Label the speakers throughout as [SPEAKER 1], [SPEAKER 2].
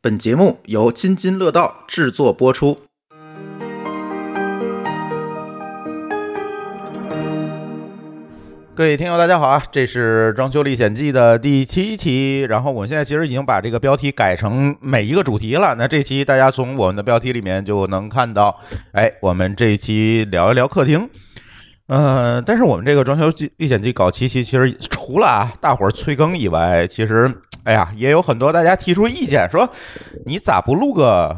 [SPEAKER 1] 本节目由津津乐道制作播出。各位听友，大家好啊！这是《装修历险记》的第七期，然后我们现在其实已经把这个标题改成每一个主题了。那这期大家从我们的标题里面就能看到，哎，我们这一期聊一聊客厅。呃，但是我们这个《装修记历险记》搞七期，其实除了啊大伙儿催更以外，其实哎呀，也有很多大家提出意见，说你咋不录个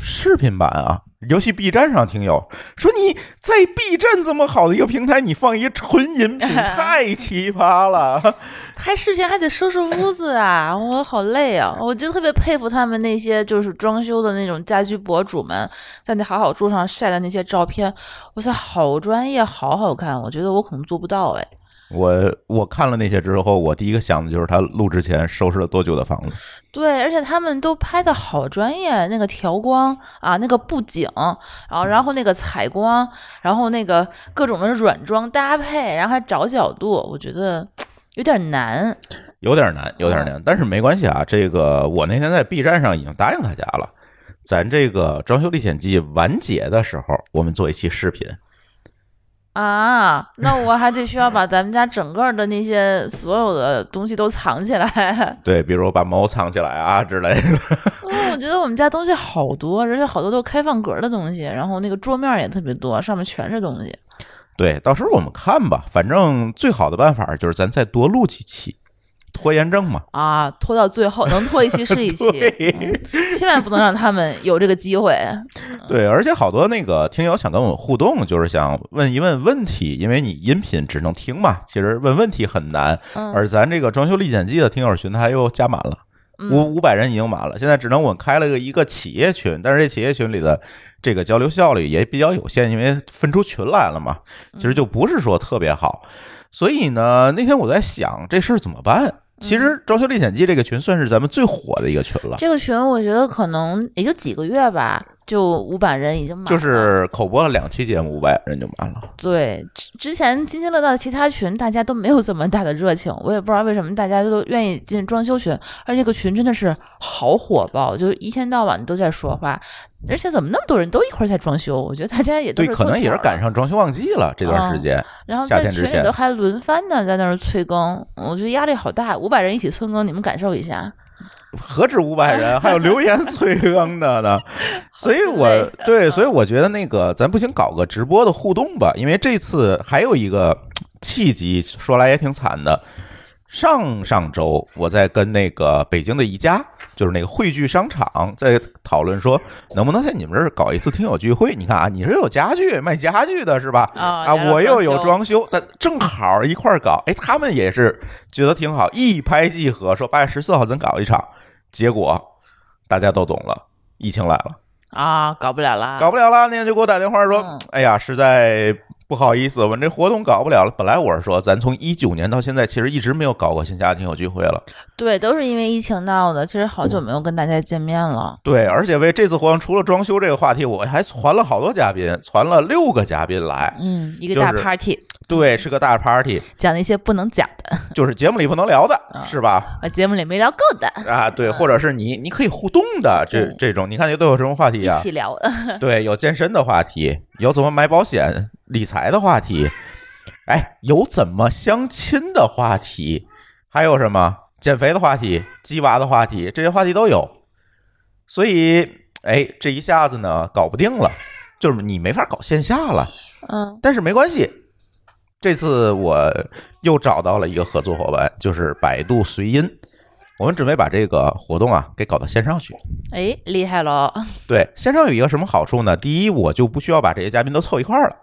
[SPEAKER 1] 视频版啊？尤其 B 站上听友说你在 B 站这么好的一个平台，你放一纯音频太奇葩了。
[SPEAKER 2] 拍视频还得收拾屋子 啊，我好累啊！我就特别佩服他们那些就是装修的那种家居博主们，在那好好住上晒的那些照片，哇塞，好专业，好好看！我觉得我可能做不到哎。
[SPEAKER 1] 我我看了那些之后，我第一个想的就是他录之前收拾了多久的房子。
[SPEAKER 2] 对，而且他们都拍的好专业，那个调光啊，那个布景，然后然后那个采光，然后那个各种的软装搭配，然后还找角度，我觉得有点难。
[SPEAKER 1] 有点难，有点难，但是没关系啊。这个我那天在 B 站上已经答应大家了，咱这个《装修历险记》完结的时候，我们做一期视频。
[SPEAKER 2] 啊，那我还得需要把咱们家整个的那些所有的东西都藏起 来。
[SPEAKER 1] 对，比如把猫藏起来啊之类的。
[SPEAKER 2] 嗯，我觉得我们家东西好多，而且好多都是开放格的东西，然后那个桌面也特别多，上面全是东西。
[SPEAKER 1] 对，到时候我们看吧。反正最好的办法就是咱再多录几期，拖延症嘛。
[SPEAKER 2] 啊，拖到最后能拖一期是一期，
[SPEAKER 1] 对
[SPEAKER 2] 千万不能让他们有这个机会。啊
[SPEAKER 1] 对，而且好多那个听友想跟我们互动，就是想问一问问题，因为你音频只能听嘛，其实问问题很难。
[SPEAKER 2] 嗯
[SPEAKER 1] 而咱这个《装修历险记》的听友群，它又加满了。
[SPEAKER 2] 嗯
[SPEAKER 1] 五五百人已经满了，现在只能我开了个一个企业群，但是这企业群里的这个交流效率也比较有限，因为分出群来了嘛，其
[SPEAKER 2] 嗯
[SPEAKER 1] 实就不是说特别好。所以呢，那天我在想这事儿怎么
[SPEAKER 2] 嗯
[SPEAKER 1] 办。其实《装修历险记》这个群算是咱们最火的一个群了，
[SPEAKER 2] 这个群我觉得可能也就几个月吧，就五百人已经满了。
[SPEAKER 1] 就是口播了两期节目，五百人就满了。
[SPEAKER 2] 对，之之前津津乐道的其他群，大家都没有这么大的热情，我也不知道为什么大家都愿意进装修群，而且这个群真的是好火爆，就是一天到晚都在说话，而且怎么那么多人都一块儿在装修？我觉得大家也都
[SPEAKER 1] 对，
[SPEAKER 2] 是
[SPEAKER 1] 可能也是赶
[SPEAKER 2] 上，
[SPEAKER 1] 上装修旺季了这段时间。
[SPEAKER 2] 然后
[SPEAKER 1] 夏
[SPEAKER 2] 在
[SPEAKER 1] 天之
[SPEAKER 2] 群
[SPEAKER 1] 前
[SPEAKER 2] 里头还轮番的在那儿催更，我觉得压力好大，五百人一起催更，你们感受一下。
[SPEAKER 1] 何止五百人，还有留言催更的呢。所以
[SPEAKER 2] 好啊
[SPEAKER 1] 我
[SPEAKER 2] 心
[SPEAKER 1] 对，所以我觉得那个咱不行搞个直播的互动吧，因为这次还有一个契机，说来也挺惨的。上上周我在跟那个北京的宜家，就是那个汇聚商场，在讨论说能不能在你们这儿搞一次听友聚会。你看啊，你是有家具卖家具的是吧？
[SPEAKER 2] 啊
[SPEAKER 1] 啊，我又有
[SPEAKER 2] 装。
[SPEAKER 1] 装修，咱正好一块儿搞。哎，他们也是觉得挺好，一拍即合，说八月十四号咱搞一场。结果大家都懂了，疫情来了，
[SPEAKER 2] 啊，搞不了了，
[SPEAKER 1] 搞不了了。那天就给我打电话说，
[SPEAKER 2] 嗯
[SPEAKER 1] 哎呀，实在不好意思，我们这活动搞不了了。本来我是说，咱从一九年到现在，其实一直没有搞过线下听友聚会了。
[SPEAKER 2] 对，都是因为疫情闹的，其实好久没有跟大家见面了。
[SPEAKER 1] 对，而且为这次活动，除了装修这个话题，我还传了好多嘉宾，传了六个嘉宾来。
[SPEAKER 2] 嗯，一个
[SPEAKER 1] 就
[SPEAKER 2] 大
[SPEAKER 1] 是
[SPEAKER 2] party，、
[SPEAKER 1] 对，是个大 party，
[SPEAKER 2] 讲那些不能讲 的，
[SPEAKER 1] 就是节目里不能聊的，
[SPEAKER 2] 啊
[SPEAKER 1] 是吧？
[SPEAKER 2] 啊，节目里没聊够的，
[SPEAKER 1] 啊，对，或者是你你可以互动的这
[SPEAKER 2] 对
[SPEAKER 1] 这种，你看你都有什么话题
[SPEAKER 2] 一
[SPEAKER 1] 啊？
[SPEAKER 2] 起聊。
[SPEAKER 1] 对，有健身的话题，有怎么买保险、理财的话题，哎，有怎么相亲的话题，还有什么减肥的话题、鸡娃的话题，这些话题都有。所以，哎，这一下子呢，搞不定了，就是你没法搞线下了。
[SPEAKER 2] 嗯，
[SPEAKER 1] 但是没关系，这次我又找到了一个合作伙伴，就是百度随音。我们准备把这个活动啊给搞到线上去。
[SPEAKER 2] 哎，厉害喽！
[SPEAKER 1] 对，线上有一个什么好处呢？第一，我就不需要把这些嘉宾都凑一块儿了，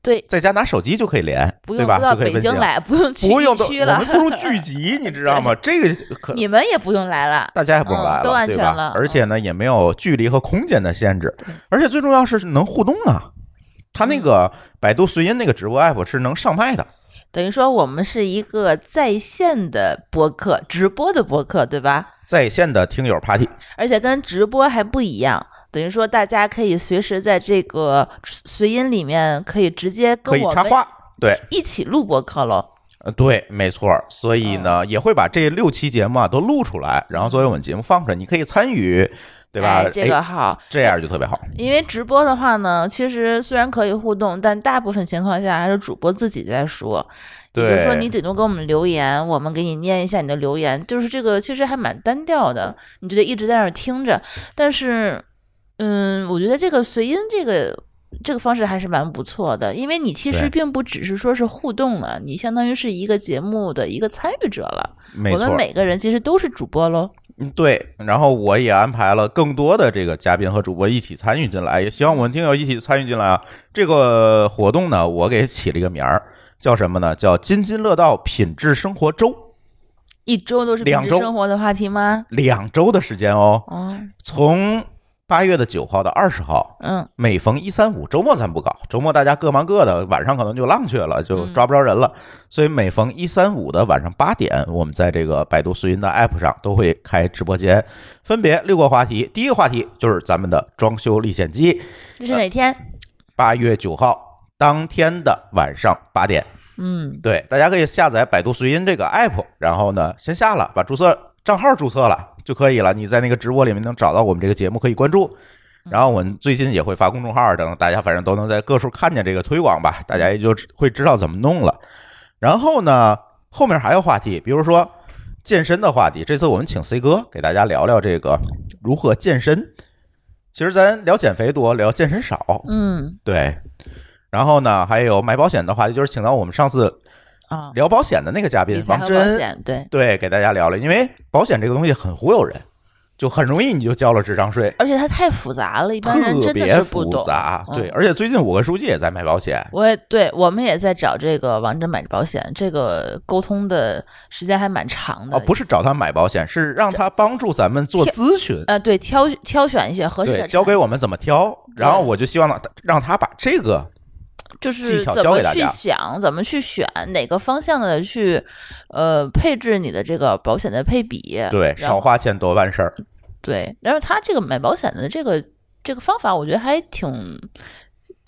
[SPEAKER 2] 对，
[SPEAKER 1] 在家拿手机就可以连，
[SPEAKER 2] 不
[SPEAKER 1] 对
[SPEAKER 2] 用
[SPEAKER 1] 吧？
[SPEAKER 2] 到
[SPEAKER 1] 就可以
[SPEAKER 2] 北
[SPEAKER 1] 分
[SPEAKER 2] 京
[SPEAKER 1] 享，
[SPEAKER 2] 来，不用去
[SPEAKER 1] 不用
[SPEAKER 2] 疫
[SPEAKER 1] 都，
[SPEAKER 2] 区
[SPEAKER 1] 我
[SPEAKER 2] 了
[SPEAKER 1] 们，不如聚集，你知道吗？这个可
[SPEAKER 2] 你们也不用来了。
[SPEAKER 1] 大家也不用
[SPEAKER 2] 嗯
[SPEAKER 1] 来了，
[SPEAKER 2] 都安
[SPEAKER 1] 对
[SPEAKER 2] 全
[SPEAKER 1] 吧？
[SPEAKER 2] 了嗯
[SPEAKER 1] 而且呢，也没有距离和空间的限制，而且最重要是能互动啊。它
[SPEAKER 2] 嗯
[SPEAKER 1] 那个百度随音那个直播 app 是能上麦的，
[SPEAKER 2] 等于说我们是一个在线的播客，直播的播客，对吧？
[SPEAKER 1] 在线的听友 party。
[SPEAKER 2] 而且跟直播还不一样。等于说，大家可以随时在这个随音里面可以直接
[SPEAKER 1] 可
[SPEAKER 2] 跟
[SPEAKER 1] 以
[SPEAKER 2] 我
[SPEAKER 1] 插
[SPEAKER 2] 们
[SPEAKER 1] 话，对
[SPEAKER 2] 一起录播客喽。
[SPEAKER 1] 呃，对，没错儿。所以呢，
[SPEAKER 2] 嗯
[SPEAKER 1] 也会把这六期节目啊都录出来，然后作为我们节目放出来，你可以参与，对吧？
[SPEAKER 2] 哎这个
[SPEAKER 1] 哎
[SPEAKER 2] 好，
[SPEAKER 1] 这样就特别好。
[SPEAKER 2] 因为直播的话呢，其实虽然可以互动，但大部分情况下还是主播自己在说。
[SPEAKER 1] 对
[SPEAKER 2] 比如说你顶多给我们留言，我们给你念一下你的留言，就是这个其实还蛮单调的，你就得一直在那儿听着。但是，嗯，我觉得这个随音这个。这个方式还是蛮不错的，因为你其实
[SPEAKER 1] 对
[SPEAKER 2] 并不只是说是互动了，你相当于是一个节目的一个参与者了。
[SPEAKER 1] 没
[SPEAKER 2] 我
[SPEAKER 1] 错
[SPEAKER 2] 们
[SPEAKER 1] 儿，
[SPEAKER 2] 每个人其实都是主播喽。
[SPEAKER 1] 嗯对。然后我也安排了更多的这个嘉宾和主播一起参与进来，也希望我们听友一起参与进来啊。这个活动呢，我给起了一个名儿，叫什么呢？叫“津津乐道品质生活周
[SPEAKER 2] 一周都是平
[SPEAKER 1] 两
[SPEAKER 2] 时
[SPEAKER 1] 周
[SPEAKER 2] 生活的话题吗”，？
[SPEAKER 1] 两周的时间哦，
[SPEAKER 2] 哦，
[SPEAKER 1] 从八月的九号到二十号，
[SPEAKER 2] 嗯，
[SPEAKER 1] 每逢一三五，周末咱不搞，周末大家各忙各的，晚上可能就浪去了，就抓不着人了。所以每逢一三五的晚上八点，我们在这个百度随音的 app 上都会开直播间，分别六个话题。第一个话题就是咱们的装修历险记，
[SPEAKER 2] 这
[SPEAKER 1] 呃
[SPEAKER 2] 是哪天？
[SPEAKER 1] 八月九号当天的晚上八点。
[SPEAKER 2] 嗯，
[SPEAKER 1] 对，大家可以下载百度随音这个 app，然后呢，先下了，把注册账号注册了就可以了。你在那个直播里面能找到我们这个节目，可以关注。然后我们最近也会发公众号，等大家反正都能在各处看见这个推广吧，大家也就会知道怎么弄了。然后呢，后面还有话题，比如说健身的话题，这次我们请 C 哥给大家聊聊这个如何健身。其实咱聊减肥多，聊健身少，
[SPEAKER 2] 嗯
[SPEAKER 1] 对。然后呢，还有买保险的话题，就是请到我们上次
[SPEAKER 2] 啊，
[SPEAKER 1] 聊保险的那个嘉宾
[SPEAKER 2] 理财
[SPEAKER 1] 王
[SPEAKER 2] 和保
[SPEAKER 1] 真，
[SPEAKER 2] 险，对，
[SPEAKER 1] 对，给大家聊了，因为保险这个东西很忽悠人，就很容易你就交了智商税，
[SPEAKER 2] 而且它太复杂了，一般人
[SPEAKER 1] 特
[SPEAKER 2] 真的
[SPEAKER 1] 别
[SPEAKER 2] 是不
[SPEAKER 1] 复
[SPEAKER 2] 懂。
[SPEAKER 1] 杂。
[SPEAKER 2] 嗯
[SPEAKER 1] 对，而且最近我跟书记也在买保险，
[SPEAKER 2] 我也对我们也在找这个王真买保险，这个沟通的时间还蛮长的。
[SPEAKER 1] 哦，不是找他买保险，是让他帮助咱们做咨询，
[SPEAKER 2] 呃，对，挑挑选一些合适的
[SPEAKER 1] 对，
[SPEAKER 2] 产，
[SPEAKER 1] 教给我们怎么挑。然后
[SPEAKER 2] 对
[SPEAKER 1] 我就希望让让他把这个
[SPEAKER 2] 就
[SPEAKER 1] 技
[SPEAKER 2] 是
[SPEAKER 1] 巧
[SPEAKER 2] 怎
[SPEAKER 1] 教给
[SPEAKER 2] 么
[SPEAKER 1] 大
[SPEAKER 2] 去
[SPEAKER 1] 家
[SPEAKER 2] 想，怎么去选哪个方向的去，呃，配置你的这个保险的配比，
[SPEAKER 1] 对
[SPEAKER 2] 呃然后
[SPEAKER 1] 少花钱多办事儿，
[SPEAKER 2] 对，然后他这个买保险的这个这个方法，我觉得还挺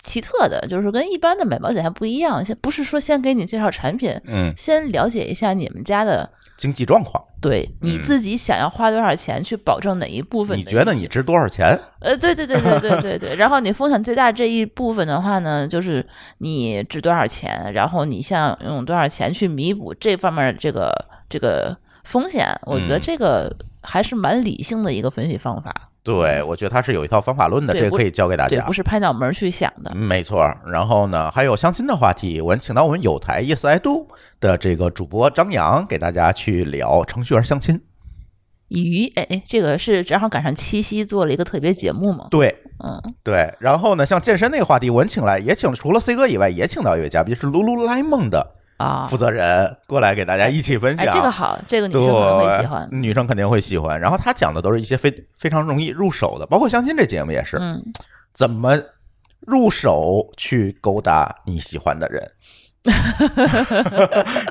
[SPEAKER 2] 奇特的，就是跟一般的买保险还不一样。先不是说先给你介绍产品，
[SPEAKER 1] 嗯，
[SPEAKER 2] 先了解一下你们家的，
[SPEAKER 1] 经济状况，
[SPEAKER 2] 对你自己想要花多少钱去保证哪一部
[SPEAKER 1] 嗯
[SPEAKER 2] 分的
[SPEAKER 1] 你
[SPEAKER 2] 一些。
[SPEAKER 1] 觉得你值多少钱？
[SPEAKER 2] 呃，对对对对对对对。然后你风险最大这一部分的话呢，就是你值多少钱，然后你想用多少钱去弥补这方面儿这个这个风险，我觉得
[SPEAKER 1] 嗯
[SPEAKER 2] 这个还是蛮理性的一个分析方法。
[SPEAKER 1] 对，我觉得他是有一套方法论的，
[SPEAKER 2] 嗯对
[SPEAKER 1] 这个
[SPEAKER 2] 不
[SPEAKER 1] 可以教给大
[SPEAKER 2] 对，
[SPEAKER 1] 家
[SPEAKER 2] 不。是拍脑门儿去想的。
[SPEAKER 1] 嗯没错，然后呢，还有相亲的话题，我们请到我们有台 Yes I Do 的这个主播张扬给大家去聊程序员相亲。
[SPEAKER 2] 鱼，哎哎，这个是正好赶上七夕做了一个特别节目嘛？
[SPEAKER 1] 对
[SPEAKER 2] 嗯，
[SPEAKER 1] 对，然后呢，像健身那个话题，我们请来也请除了 C 哥以外，也请到一位嘉宾是 Lululemon 的
[SPEAKER 2] 啊
[SPEAKER 1] 负，责人过来给大家一起分
[SPEAKER 2] 哎，
[SPEAKER 1] 享。
[SPEAKER 2] 这个好，这个女
[SPEAKER 1] 对，
[SPEAKER 2] 生可能会喜欢。
[SPEAKER 1] 女生肯定会喜欢。然后他讲的都是一些非非常容易入手的，包括相亲这节目也是，
[SPEAKER 2] 嗯，
[SPEAKER 1] 怎么入手去勾搭你喜欢的人。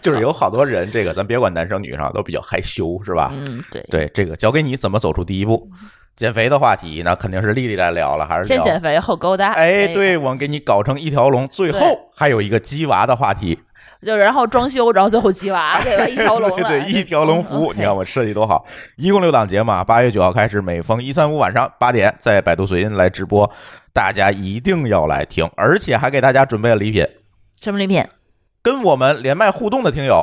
[SPEAKER 1] 就是有好多人，这个咱别管男生女生啊都比较害羞，是吧？
[SPEAKER 2] 嗯，对，
[SPEAKER 1] 对，这个交给你怎么走出第一步。减肥的话题呢，肯定是丽丽来聊了，还是
[SPEAKER 2] 先
[SPEAKER 1] 聊？
[SPEAKER 2] 减肥后勾搭。
[SPEAKER 1] 哎，对，，我们给你搞成一条龙。最后还有一个鸡娃的话题，
[SPEAKER 2] 就是然后装修，然后最后鸡娃，对吧？一 条龙
[SPEAKER 1] 对
[SPEAKER 2] 了，
[SPEAKER 1] 对，一条龙服务，
[SPEAKER 2] 嗯
[SPEAKER 1] 你看我设计多好。一共六档节目啊，八月九号开始，每逢一三五晚上八点在百度随音来直播，大家一定要来听，而且还给大家准备了礼品，
[SPEAKER 2] 什么礼品？
[SPEAKER 1] 跟我们连麦互动的听友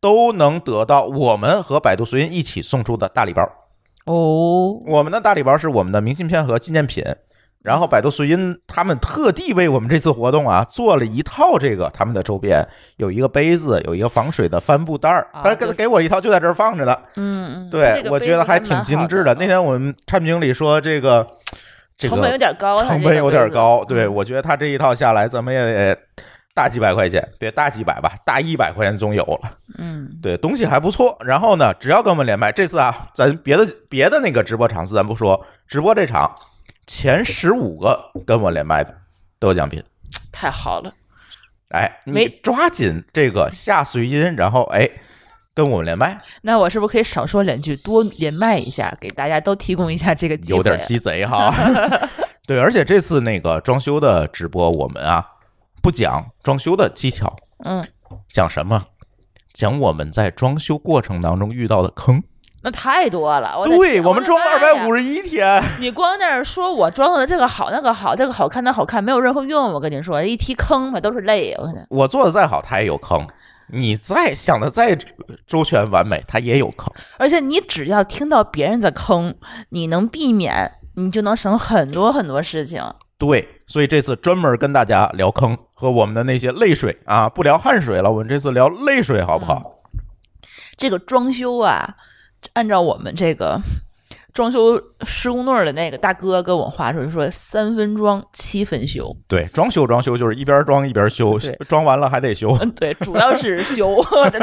[SPEAKER 1] 都能得到我们和百度随音一起送出的大礼包。
[SPEAKER 2] 哦，
[SPEAKER 1] 我们的大礼包是我们的明信片和纪念品。然后百度随音他们特地为我们这次活动啊做了一套这个他们的周边，有一个杯子，有一个防水的帆布袋儿，
[SPEAKER 2] 啊
[SPEAKER 1] 他给
[SPEAKER 2] 就是
[SPEAKER 1] 给我一套就在这儿放着呢。
[SPEAKER 2] 嗯，嗯
[SPEAKER 1] 对，我觉得还挺精致的。那。
[SPEAKER 2] 这个杯子蛮
[SPEAKER 1] 天
[SPEAKER 2] 好嗯
[SPEAKER 1] 我们产品经理说这个这
[SPEAKER 2] 成本有
[SPEAKER 1] 个
[SPEAKER 2] 点高，它
[SPEAKER 1] 成
[SPEAKER 2] 这
[SPEAKER 1] 本
[SPEAKER 2] 个
[SPEAKER 1] 有点
[SPEAKER 2] 杯子嗯
[SPEAKER 1] 高，对我觉得他这一套下来，咱们也得大几百块钱，别大几百吧，大一百块钱总有了。
[SPEAKER 2] 嗯，
[SPEAKER 1] 对，东西还不错。然后呢，只要跟我们连麦，这次啊，咱别的别的那个直播场次咱不说，直播这场前十五个跟我连麦的都有奖品。
[SPEAKER 2] 太好了，
[SPEAKER 1] 哎，你
[SPEAKER 2] 没
[SPEAKER 1] 抓紧这个下随音，然后哎跟我们连麦，
[SPEAKER 2] 那我是不是可以少说两句，多连麦一下，给大家都提供一下这个机会？
[SPEAKER 1] 有点鸡贼
[SPEAKER 2] 啊
[SPEAKER 1] 哈。 对，而且这次那个装修的直播，我们啊不讲装修的技巧，
[SPEAKER 2] 嗯，
[SPEAKER 1] 讲什么？讲我们在装修过程当中遇到的坑。
[SPEAKER 2] 那太多了。我的
[SPEAKER 1] 对
[SPEAKER 2] 天
[SPEAKER 1] 我们装了二百五，
[SPEAKER 2] 的
[SPEAKER 1] 十一天，
[SPEAKER 2] 妈呀你光在那儿说我装的这个好那个好，这个好看那好看，没有任何用。我跟你说，一提坑吧都是泪。我跟你
[SPEAKER 1] 我做的再好，它也有坑。你再想的再周全完美，它也有坑。
[SPEAKER 2] 而且你只要听到别人的坑，你能避免，你就能省很多很多事情。
[SPEAKER 1] 对，所以这次专门跟大家聊坑和我们的那些泪水啊，不聊汗水了，我们这次聊泪水好不
[SPEAKER 2] 嗯
[SPEAKER 1] 好？
[SPEAKER 2] 这个装修啊，按照我们这个 装修施工队儿的那个大哥跟我话说，就说三分装七分修。
[SPEAKER 1] 对，装修装修就是一边装一边修
[SPEAKER 2] 对，
[SPEAKER 1] 装完了还得修。
[SPEAKER 2] 嗯，对，主要是修，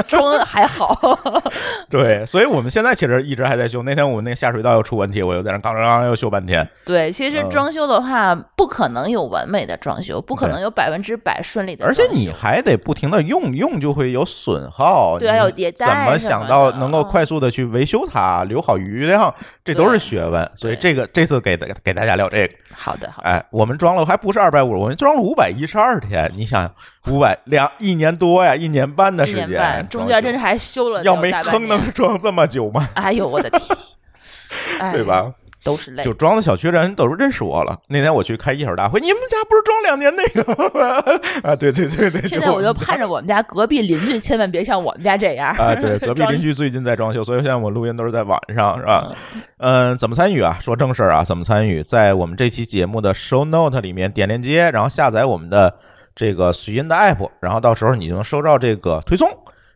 [SPEAKER 2] 装还好。
[SPEAKER 1] 对，所以我们现在其实一直还在修。那天我们那个下水道又出问题，我又在那刚刚刚又修半天。
[SPEAKER 2] 对，其实
[SPEAKER 1] 嗯
[SPEAKER 2] 装修的话，不可能有完美的装修，不可
[SPEAKER 1] 对
[SPEAKER 2] 能有百分之百顺利的
[SPEAKER 1] 而
[SPEAKER 2] 装
[SPEAKER 1] 且
[SPEAKER 2] 修。
[SPEAKER 1] 你还得不停的用，用就会有损耗，
[SPEAKER 2] 对啊
[SPEAKER 1] 你
[SPEAKER 2] 有迭代
[SPEAKER 1] 怎么
[SPEAKER 2] 什
[SPEAKER 1] 想
[SPEAKER 2] 么
[SPEAKER 1] 到
[SPEAKER 2] 的
[SPEAKER 1] 能够
[SPEAKER 2] 嗯
[SPEAKER 1] 快速的去维修它，留好余量，这都是
[SPEAKER 2] 对
[SPEAKER 1] 学问。所以
[SPEAKER 2] 对
[SPEAKER 1] 这个这次给大给大家聊这个，
[SPEAKER 2] 好的，好的，
[SPEAKER 1] 哎，我们装了还不是二百五，我们装了五百一十二天，你想想，五百两一年多呀，一年半的
[SPEAKER 2] 一
[SPEAKER 1] 时
[SPEAKER 2] 年
[SPEAKER 1] 间
[SPEAKER 2] 半，，中间真是
[SPEAKER 1] 是
[SPEAKER 2] 还修了
[SPEAKER 1] 要
[SPEAKER 2] 得有
[SPEAKER 1] 没
[SPEAKER 2] 大半
[SPEAKER 1] 坑
[SPEAKER 2] 年
[SPEAKER 1] 能装这么久吗？
[SPEAKER 2] 哎呦我的 天，哎
[SPEAKER 1] 对？吧？
[SPEAKER 2] 都是泪
[SPEAKER 1] 就。装的小区人都认识我了。那天我去开业主大会，你们家不是装两年那个吗？ 啊，对对对对，
[SPEAKER 2] 现在我
[SPEAKER 1] 就
[SPEAKER 2] 就盼着我们家隔壁邻居千万别像我们家这样。
[SPEAKER 1] 啊，对，隔壁邻居最近在装修，所以现在我录音都是在晚上，是吧？嗯，怎么参与啊？说正事儿啊，怎么参与？在我们这期节目的 show note 里面点链接，然后下载我们的这个随音的 app，然后到时候你就能收到这个推送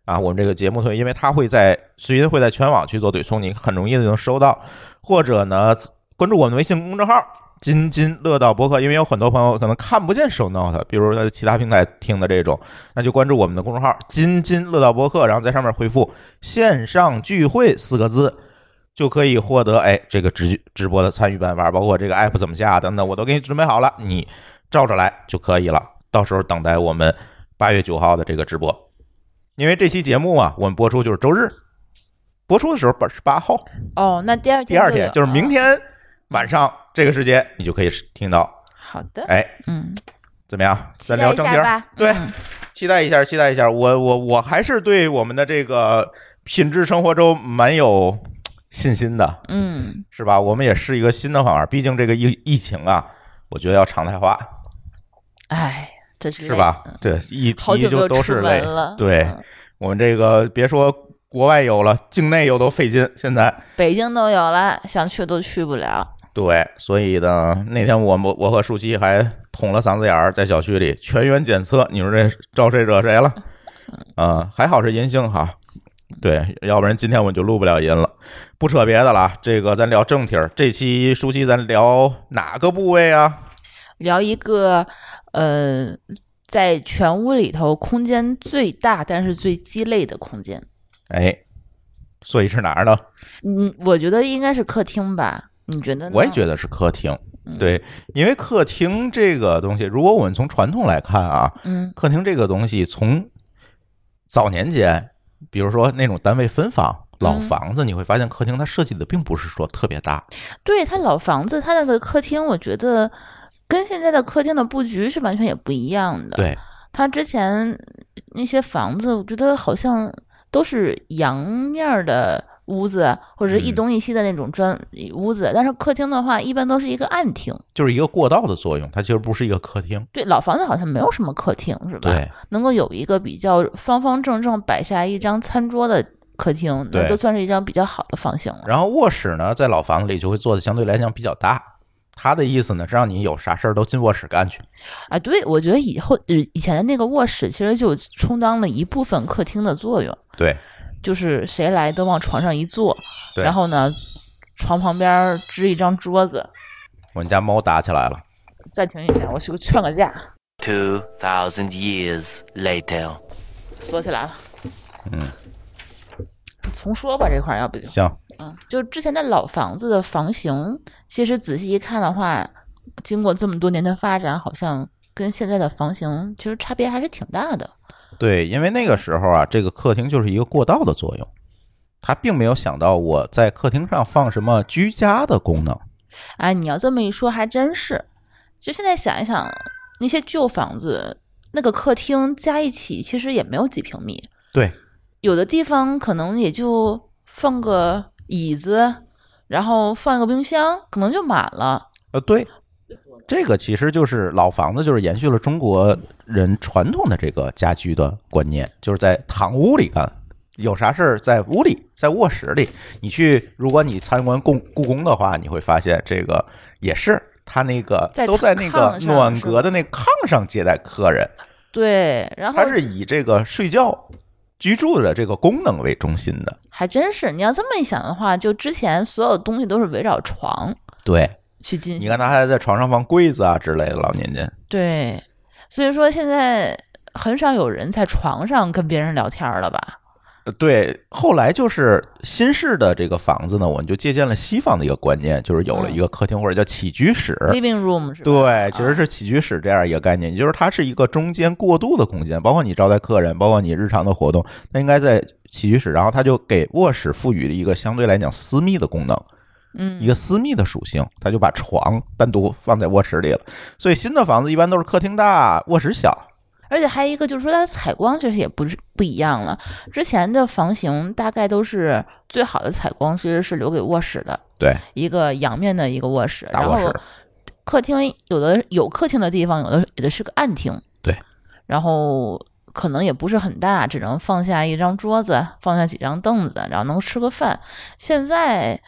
[SPEAKER 1] 啊。我们这个节目推，因为它会在随音会在全网去做推送，你很容易的就能收到。或者呢，关注我们的微信公众号。津津乐道播客，因为有很多朋友可能看不见 show note，比如在其他平台听的这种，那就关注我们的公众号“津津乐道播客”，然后在上面回复“线上聚会”四个字，就可以获得哎这个直直播的参与办法，包括这个 app 怎么下等等，我都给你准备好了，你照着来就可以了。到时候等待我们八月九号的这个直播，因为这期节目啊，我们播出就是周日，播出的时候本是八号，
[SPEAKER 2] 哦，那第二天
[SPEAKER 1] 第二
[SPEAKER 2] 就
[SPEAKER 1] 天
[SPEAKER 2] 有
[SPEAKER 1] 就是
[SPEAKER 2] 了
[SPEAKER 1] 明天晚上这个时间，你就可以听到。
[SPEAKER 2] 哦好的，
[SPEAKER 1] 哎，
[SPEAKER 2] 嗯，
[SPEAKER 1] 怎么样？
[SPEAKER 2] 期
[SPEAKER 1] 咱
[SPEAKER 2] 待
[SPEAKER 1] 聊
[SPEAKER 2] 一
[SPEAKER 1] 正
[SPEAKER 2] 下
[SPEAKER 1] 题儿。
[SPEAKER 2] 吧。
[SPEAKER 1] 对
[SPEAKER 2] 嗯
[SPEAKER 1] 期待一下，期待一下。我我我还是对我们的这个品质生活周蛮有信心的，
[SPEAKER 2] 嗯，
[SPEAKER 1] 是吧？我们也是一个新的方法，毕竟这个疫疫情啊，我觉得要常态化，
[SPEAKER 2] 哎，这是
[SPEAKER 1] 是
[SPEAKER 2] 泪
[SPEAKER 1] 吧
[SPEAKER 2] 嗯？
[SPEAKER 1] 对，一
[SPEAKER 2] 好
[SPEAKER 1] 提
[SPEAKER 2] 久没
[SPEAKER 1] 就
[SPEAKER 2] 有
[SPEAKER 1] 都
[SPEAKER 2] 出
[SPEAKER 1] 是
[SPEAKER 2] 门
[SPEAKER 1] 累。
[SPEAKER 2] 了，
[SPEAKER 1] 对
[SPEAKER 2] 嗯
[SPEAKER 1] 我们这个别说国外有了，境内有都费劲，现在。
[SPEAKER 2] 北京都有了，想去都去不了。
[SPEAKER 1] 对，所以呢，那天我们我和舒淇还捅了嗓子眼儿，在小区里全员检测，你说这招谁惹谁了？啊、还好是阴性哈。对，要不然今天我就录不了音了。不扯别的了啊，这个咱聊正题儿。这期舒淇，咱聊哪个部位啊？
[SPEAKER 2] 聊一个，呃，在全屋里头空间最大但是最鸡肋的空间，
[SPEAKER 1] 哎，所以是哪儿呢？
[SPEAKER 2] 嗯，我觉得应该是客厅吧？你觉得呢？
[SPEAKER 1] 我也觉得是客厅。
[SPEAKER 2] 啊嗯
[SPEAKER 1] 对，因为客厅这个东西，如果我们从传统来看啊，
[SPEAKER 2] 嗯
[SPEAKER 1] 客厅这个东西，从早年间，比如说那种单位分房、老房子，你会发现客厅它设计的并不是说特别大。，
[SPEAKER 2] 对，它老房子，它那个客厅，我觉得跟现在的客厅的布局是完全也不一样的。，
[SPEAKER 1] 对，
[SPEAKER 2] 它之前那些房子，我觉得好像都是阳面儿的屋子，或者是一
[SPEAKER 1] 嗯
[SPEAKER 2] 东一西的那种砖屋子，但是客厅的话，一般都是一个暗厅。
[SPEAKER 1] 就是一个过道的作用，它其实不是一个客厅。
[SPEAKER 2] 对，老房子好像没有什么客厅，是吧？，
[SPEAKER 1] 对，
[SPEAKER 2] 能够有一个比较方方正正摆下一张餐桌的客厅，那
[SPEAKER 1] 对
[SPEAKER 2] 都算是一张比较好的房型了。
[SPEAKER 1] 然后卧室呢，在老房子里就会做的相对来讲比较大。它的意思呢，是让你有啥事儿都进卧室干去。
[SPEAKER 2] 啊，对，我觉得以后呃以前的那个卧室其实就充当了一部分客厅的作用，
[SPEAKER 1] 对，
[SPEAKER 2] 就是谁来都往床上一坐，
[SPEAKER 1] 对
[SPEAKER 2] 然后呢，床旁边儿支一张桌子。
[SPEAKER 1] 我们家猫打起来了。
[SPEAKER 2] 暂停一下，我去劝个架，
[SPEAKER 3] 2,000 years later.
[SPEAKER 2] 锁起来了。嗯，重说吧，这块儿要不就
[SPEAKER 1] 行，
[SPEAKER 2] 嗯，就之前的老房子的房型，其实仔细一看的话，经过这么多年的发展，好像跟现在的房型其实差别还是挺大的。
[SPEAKER 1] 对，因为那个时候啊，这个客厅就是一个过道的作用，它并没有想到我在客厅上放什么居家的功能。
[SPEAKER 2] 哎，你要这么一说，还真是。就现在想一想，那些旧房子，那个客厅加一起其实也没有几平米，
[SPEAKER 1] 对，
[SPEAKER 2] 有的地方可能也就放个椅子，然后放一个冰箱，可能就满了。
[SPEAKER 1] 呃，对，这个其实就是老房子，就是延续了中国人传统的这个家居的观念，就是在堂屋里干，有啥事儿在屋里，在卧室里。你去，如果你参观故故宫的话，你会发现这个也是。他那个
[SPEAKER 2] 在
[SPEAKER 1] 都在那个
[SPEAKER 2] 炕上
[SPEAKER 1] 暖
[SPEAKER 2] 是吧
[SPEAKER 1] 阁的那炕上接待客人，
[SPEAKER 2] 对，然后
[SPEAKER 1] 它是以这个睡觉、居住的这个功能为中心的。
[SPEAKER 2] 还真是，你要这么一想的话，就之前所有东西都是围绕床
[SPEAKER 1] 对，
[SPEAKER 2] 去进行。
[SPEAKER 1] 你看他还在床上放柜子啊之类的，老年间
[SPEAKER 2] 对，所以说现在很少有人在床上跟别人聊天了吧？
[SPEAKER 1] 呃对，后来就是新式的这个房子呢，我们就借鉴了西方的一个观念，就是有了一个客厅或者叫嗯起居室。啊
[SPEAKER 2] Living room 是吧？
[SPEAKER 1] 对，其实是起居室这样一个概念，也就是它是一个中间过渡的空间，包括你招待客人，包括你日常的活动，它应该在起居室，然后它就给卧室赋予了一个相对来讲私密的功能。
[SPEAKER 2] 嗯，
[SPEAKER 1] 一个私密的属性，他就把床单独放在卧室里了。所以新的房子一般都是客厅大，卧室小。
[SPEAKER 2] 而且还有一个就是说，它的采光其实也不是不一样了。之前的房型大概都是最好的采光，其实是留给卧室的
[SPEAKER 1] 对，
[SPEAKER 2] 一个阳面的一个卧室，
[SPEAKER 1] 大卧
[SPEAKER 2] 然
[SPEAKER 1] 室
[SPEAKER 2] 后。客厅有的有客厅的地方，有的有的是个暗厅，
[SPEAKER 1] 对，
[SPEAKER 2] 然后可能也不是很大，只能放下一张桌子，放下几张凳子，然后能吃个饭。现在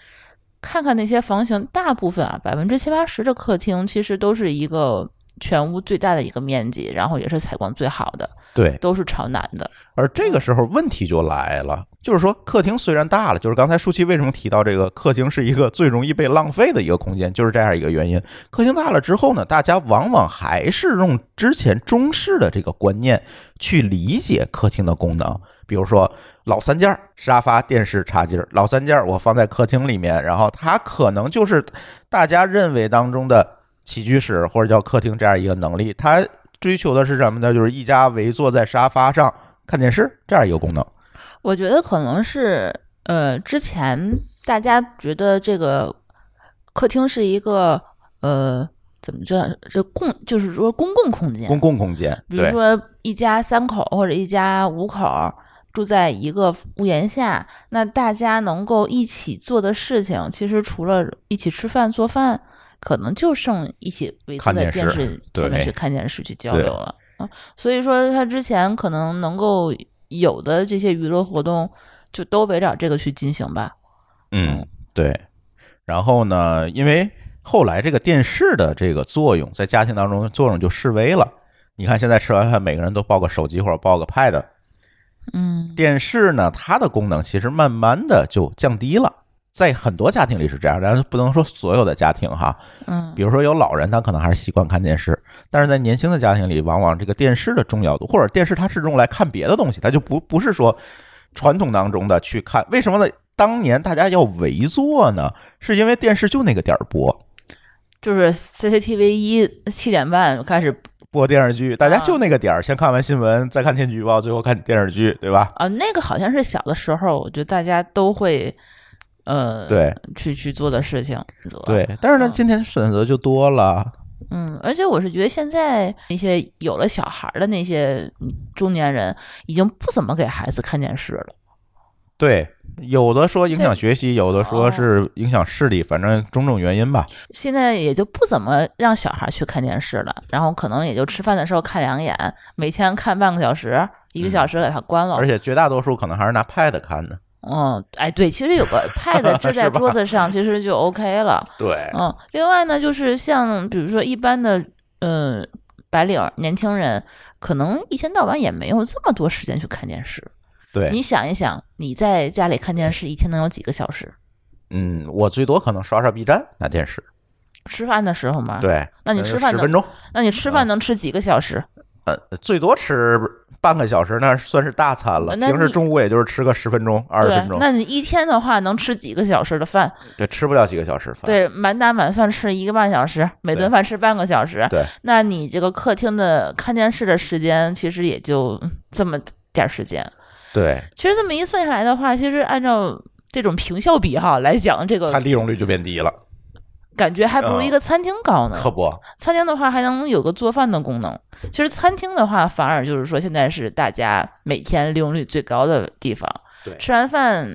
[SPEAKER 2] 看看那些房型，大部分啊，百分之七八十的客厅其实都是一个全屋最大的一个面积，然后也是采光最好的，
[SPEAKER 1] 对，
[SPEAKER 2] 都是朝南的。
[SPEAKER 1] 而这个时候问题就来了，就是说客厅虽然大了，就是刚才舒淇为什么提到这个客厅是一个最容易被浪费的一个空间，就是这样一个原因。客厅大了之后呢，大家往往还是用之前中式的这个观念去理解客厅的功能，比如说老三件儿沙发、电视、茶几儿，老三件儿我放在客厅里面，然后它可能就是大家认为当中的起居室或者叫客厅这样一个能力，它追求的是什么呢？就是一家围坐在沙发上看电视这样一个功能。
[SPEAKER 2] 我觉得可能是呃，之前大家觉得这个客厅是一个呃，怎么着，这共就是说公共空间，
[SPEAKER 1] 公共空间，
[SPEAKER 2] 比如
[SPEAKER 1] 对
[SPEAKER 2] 说一家三口或者一家五口。住在一个屋檐下，那大家能够一起做的事情，其实除了一起吃饭做饭，可能就剩一起围坐
[SPEAKER 1] 看
[SPEAKER 2] 在
[SPEAKER 1] 电
[SPEAKER 2] 电
[SPEAKER 1] 视
[SPEAKER 2] 视前面
[SPEAKER 1] 对
[SPEAKER 2] 去看电视去交
[SPEAKER 1] 对
[SPEAKER 2] 流了。啊所以说他之前可能能够有的这些娱乐活动，就都围绕这个去进行吧。
[SPEAKER 1] 嗯，对。然后呢，因为后来这个电视的这个作用在家庭当中作用就示威了。你看，现在吃完饭，每个人都抱个手机或者抱个 pad，
[SPEAKER 2] 嗯，
[SPEAKER 1] 电视呢，它的功能其实慢慢的就降低了。在很多家庭里是这样，咱不能说所有的家庭哈，
[SPEAKER 2] 嗯，
[SPEAKER 1] 比如说有老人，他可能还是习惯看电视，但是在年轻的家庭里，往往这个电视的重要度，或者电视它是用来看别的东西，它就不不是说传统当中的去看。为什么呢？当年大家要围坐呢，是因为电视就那个点儿播
[SPEAKER 2] 就是 CCTV 一七点半开始
[SPEAKER 1] 播电视剧，大家就那个点儿，先看完新闻，再看天气预报，最后看电视剧，对吧？
[SPEAKER 2] 啊，那个好像是小的时候，我觉得大家都会，呃，
[SPEAKER 1] 对
[SPEAKER 2] 去去做的事情。做，
[SPEAKER 1] 对。但是呢，
[SPEAKER 2] 嗯
[SPEAKER 1] 今天选择就多了，
[SPEAKER 2] 嗯，而且我是觉得现在那些有了小孩儿的那些嗯中年人，已经不怎么给孩子看电视了。
[SPEAKER 1] 对。有的说影响
[SPEAKER 2] 在
[SPEAKER 1] 学习，有的说是影响视力，反正种种原因吧。
[SPEAKER 2] 现在也就不怎么让小孩去看电视了，然后可能也就吃饭的时候看两眼，每天看半个小时、一个小时给他关了。
[SPEAKER 1] 嗯而且绝大多数可能还是拿 Pad 看的。
[SPEAKER 2] 嗯，哎，对，其实有 个 pad 支在
[SPEAKER 1] 是吧
[SPEAKER 2] 桌子上，其实就 OK 了。
[SPEAKER 1] 对，
[SPEAKER 2] 嗯，另外呢，就是像比如说一般的，呃，白领儿年轻人，可能一天到晚也没有这么多时间去看电视。
[SPEAKER 1] 对，
[SPEAKER 2] 你想一想，你在家里看电视一天能有几个小时？
[SPEAKER 1] 嗯，我最多可能刷刷 B 站，拿电视。
[SPEAKER 2] 吃饭的时候嘛，，
[SPEAKER 1] 对，
[SPEAKER 2] 啊
[SPEAKER 1] 呃
[SPEAKER 2] 那你吃饭
[SPEAKER 1] 十
[SPEAKER 2] 呢
[SPEAKER 1] 分钟，啊
[SPEAKER 2] 那你吃饭能吃几个小时？
[SPEAKER 1] 呃，最多吃半个小时，那算是大餐了。
[SPEAKER 2] 那
[SPEAKER 1] 平时
[SPEAKER 2] 你
[SPEAKER 1] 中午也就是吃个十分钟、二十
[SPEAKER 2] 对
[SPEAKER 1] 分，钟，啊
[SPEAKER 2] 那你一天的话能吃几个小时的饭？
[SPEAKER 1] 对，吃不了几个小时饭。
[SPEAKER 2] 对，满打满算吃一个半小时，每
[SPEAKER 1] 对
[SPEAKER 2] 顿饭吃半个小时。
[SPEAKER 1] 对
[SPEAKER 2] 那你这个客厅的看电视的时间，其实也就嗯这么点儿时间。
[SPEAKER 1] 对，
[SPEAKER 2] 其实这么一算下来的话，其实按照这种平效比哈来讲，这
[SPEAKER 1] 它嗯
[SPEAKER 2] 个
[SPEAKER 1] 利用率就变低了。
[SPEAKER 2] 感觉还不如一个餐厅高呢。
[SPEAKER 1] 可不，
[SPEAKER 2] 餐厅的话还能有个做饭的功能。其实餐厅的话，反而就是说现在是大家每天利用率最高的地方。
[SPEAKER 1] 对
[SPEAKER 2] 吃完饭，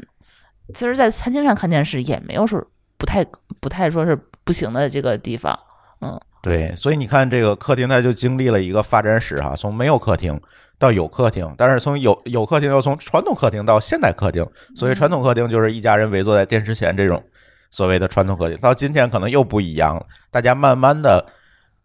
[SPEAKER 2] 其实，在餐厅上看电视也没有说不太不太说是不行的这个地方。
[SPEAKER 1] 对，所以你看，这个客厅它就经历了一个发展史哈、从没有客厅到有客厅，但是从有有客厅又从传统客厅到现代客厅，所以传统客厅就是一家人围坐在电视前这种所谓的传统客厅，到今天可能又不一样了，大家慢慢的。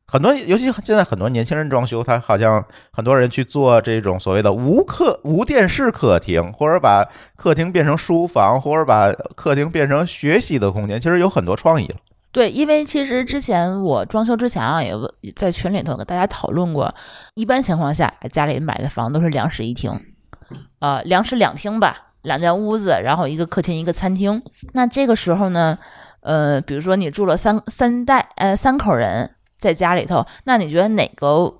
[SPEAKER 1] 很多，尤其现在很多年轻人装修，他好像很多人去做这种所谓的无客无电视客厅，或者把客厅变成书房，或者把客厅变成学习的空间，其实有很多创意了。
[SPEAKER 2] 对，因为其实之前我装修之前啊，也问在群里头跟大家讨论过，一般情况下家里买的房都是两室一厅，呃，两室两厅吧，两间屋子，然后一个客厅一个餐厅。那这个时候呢，呃，比如说你住了三三代呃三口人在家里头，那你觉得哪个